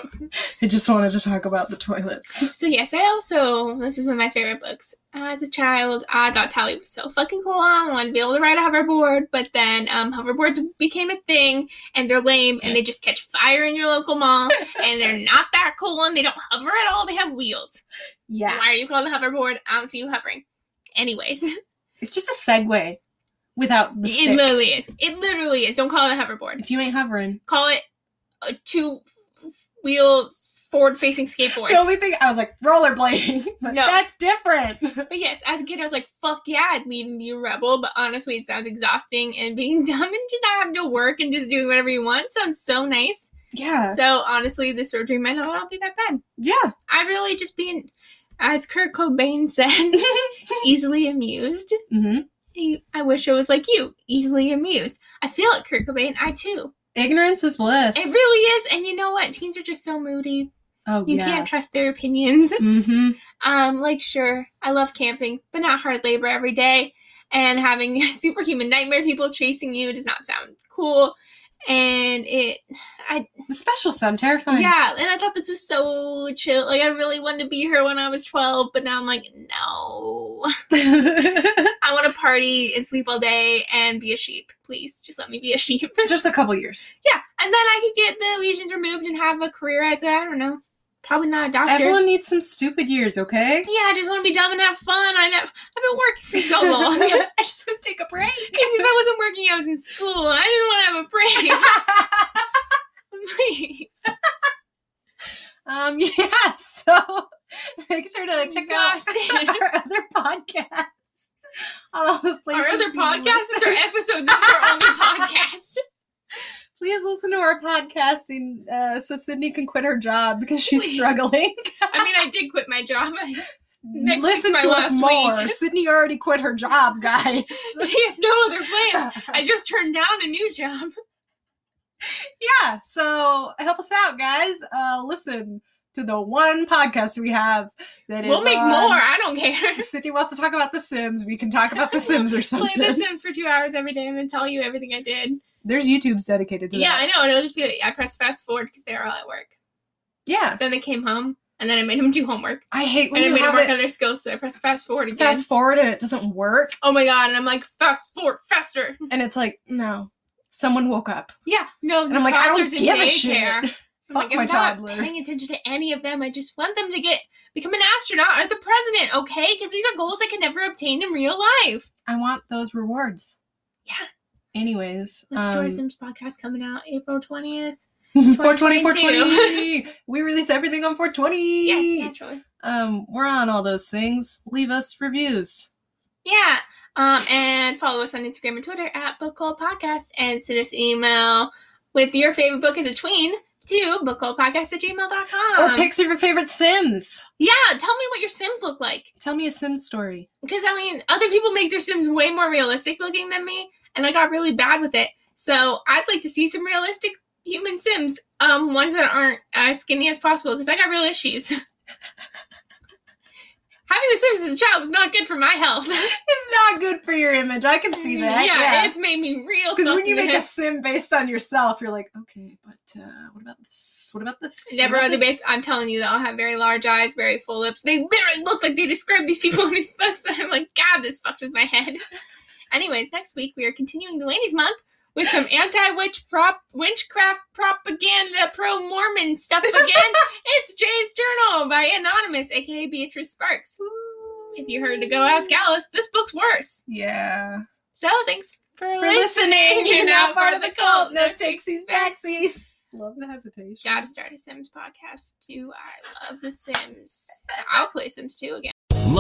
I just wanted to talk about the toilets. so yes, I also this was one of my favorite books. Uh, As a child, I thought Tally was so fucking cool. I wanted to be able to ride a hoverboard, but then um, hoverboards became a thing, and they're lame, and they just catch fire in your local mall, and they're not that cool, and they don't hover at all. They have wheels. Yeah. Why are you called a hoverboard? I don't see you hovering. Anyways, It's just a segue without the it stick. literally is. It literally is. Don't call it a hoverboard. if you ain't hovering. Call it a two wheel forward facing skateboard. The only thing I was like rollerblading, but No. that's different. But yes, as a kid, I was like, fuck yeah, I'd leave and be a rebel. But honestly, it sounds exhausting and being dumb and just not having to work and just doing whatever you want sounds so nice. Yeah. So honestly, the surgery might not all be that bad. Yeah. I really just being, as Kurt Cobain said, Mm-hmm. easily amused. hmm You- I wish I was like you, easily amused. I feel it, Kurt Cobain. I too. Ignorance is bliss. It really is. And you know what? Teens are just so moody. oh You yeah. can't trust their opinions. hmm Um, like sure, I love camping, but not hard labor every day. And having superhuman nightmare people chasing you does not sound cool. and it I The special sound terrifying. yeah, and I thought this was so chill. Like I really wanted to be her when I was 12, but now I'm like, no. I want to party and sleep all day and be a sheep. Please, just let me be a sheep. Just a couple years. yeah, and then I could get the lesions removed and have a career as a, I don't know, probably not a doctor. Everyone needs some stupid years, okay? yeah, I just want to be dumb and have fun. I know I've been working for so long. I Because just want to take a break. if I wasn't working, I was in school. I just want to have a break. Please. um, yeah, so make sure to check Exhausted. out our other podcast. On all the Our places other you podcast is listen. our episodes. This is our only podcast. Please listen to our podcast and, uh, so Sydney can quit her job because she's Please. struggling. I mean, I did quit my job. Next week's listen my to us last more. week. Sydney already quit her job, guys. She has no other plan. I just turned down a new job. yeah so help us out guys uh listen to the one podcast we have that is We'll make on- more. I don't care. If Sydney wants to talk about the sims we can talk about the sims or Play something The Sims for two hours every day and then tell you everything I did. there's youtube's dedicated to Yeah, that I know. and It'll just be like, I press fast forward because they were all at work. yeah Then they came home and then I made them do homework. i hate when and I you made them have work it on their skills, so I press fast forward again. fast forward and it doesn't work oh my god! And I'm like, fast forward, faster. and it's like no someone woke up Yeah, no. and i'm like i don't toddler's in give a daycare. shit I'm fuck like, my I'm not toddler paying attention to any of them. I just want them to get become an astronaut or the president, okay? Because these are goals I can never obtain in real life. i want those rewards Yeah. anyways The Story um, Sims podcast coming out April twentieth. 420 420. 420 we release everything on 420 Yes, naturally. um we're on all those things leave us reviews Yeah. Um, and follow us on Instagram and Twitter at Book Club Podcast and send us an email with your favorite book as a tween to bookclubpodcast at gmail.com. or pics of your favorite sims yeah, tell me what your Sims look like. tell me a sim story because I mean, other people make their Sims way more realistic looking than me, and I got really bad with it. So I'd like to see some realistic human Sims, um, ones that aren't as skinny as possible, because I got real issues. Having the Sims as a child was not good for my health. it's not good for your image i can see that yeah, yeah it's made me real. because when you fucking make a sick. sim based on yourself you're like okay but uh what about this what about this What Deborah about the base, this? I'm telling you, they'll have very large eyes, very full lips. They literally look like they describe these people in these books. I'm like, God, this fucks with my head. Anyways, next week we are continuing the Ladies Month with some anti-witch prop, witchcraft propaganda, pro-Mormon stuff again. it's Jay's Journal by Anonymous, aka Beatrice Sparks. If you heard to go ask Alice, this book's worse. yeah So thanks for, for listening. listening You're now part of the cult. no No takesies takesies, backsies love the hesitation Gotta start a Sims podcast. Do I love The Sims? I'll play Sims 2 again.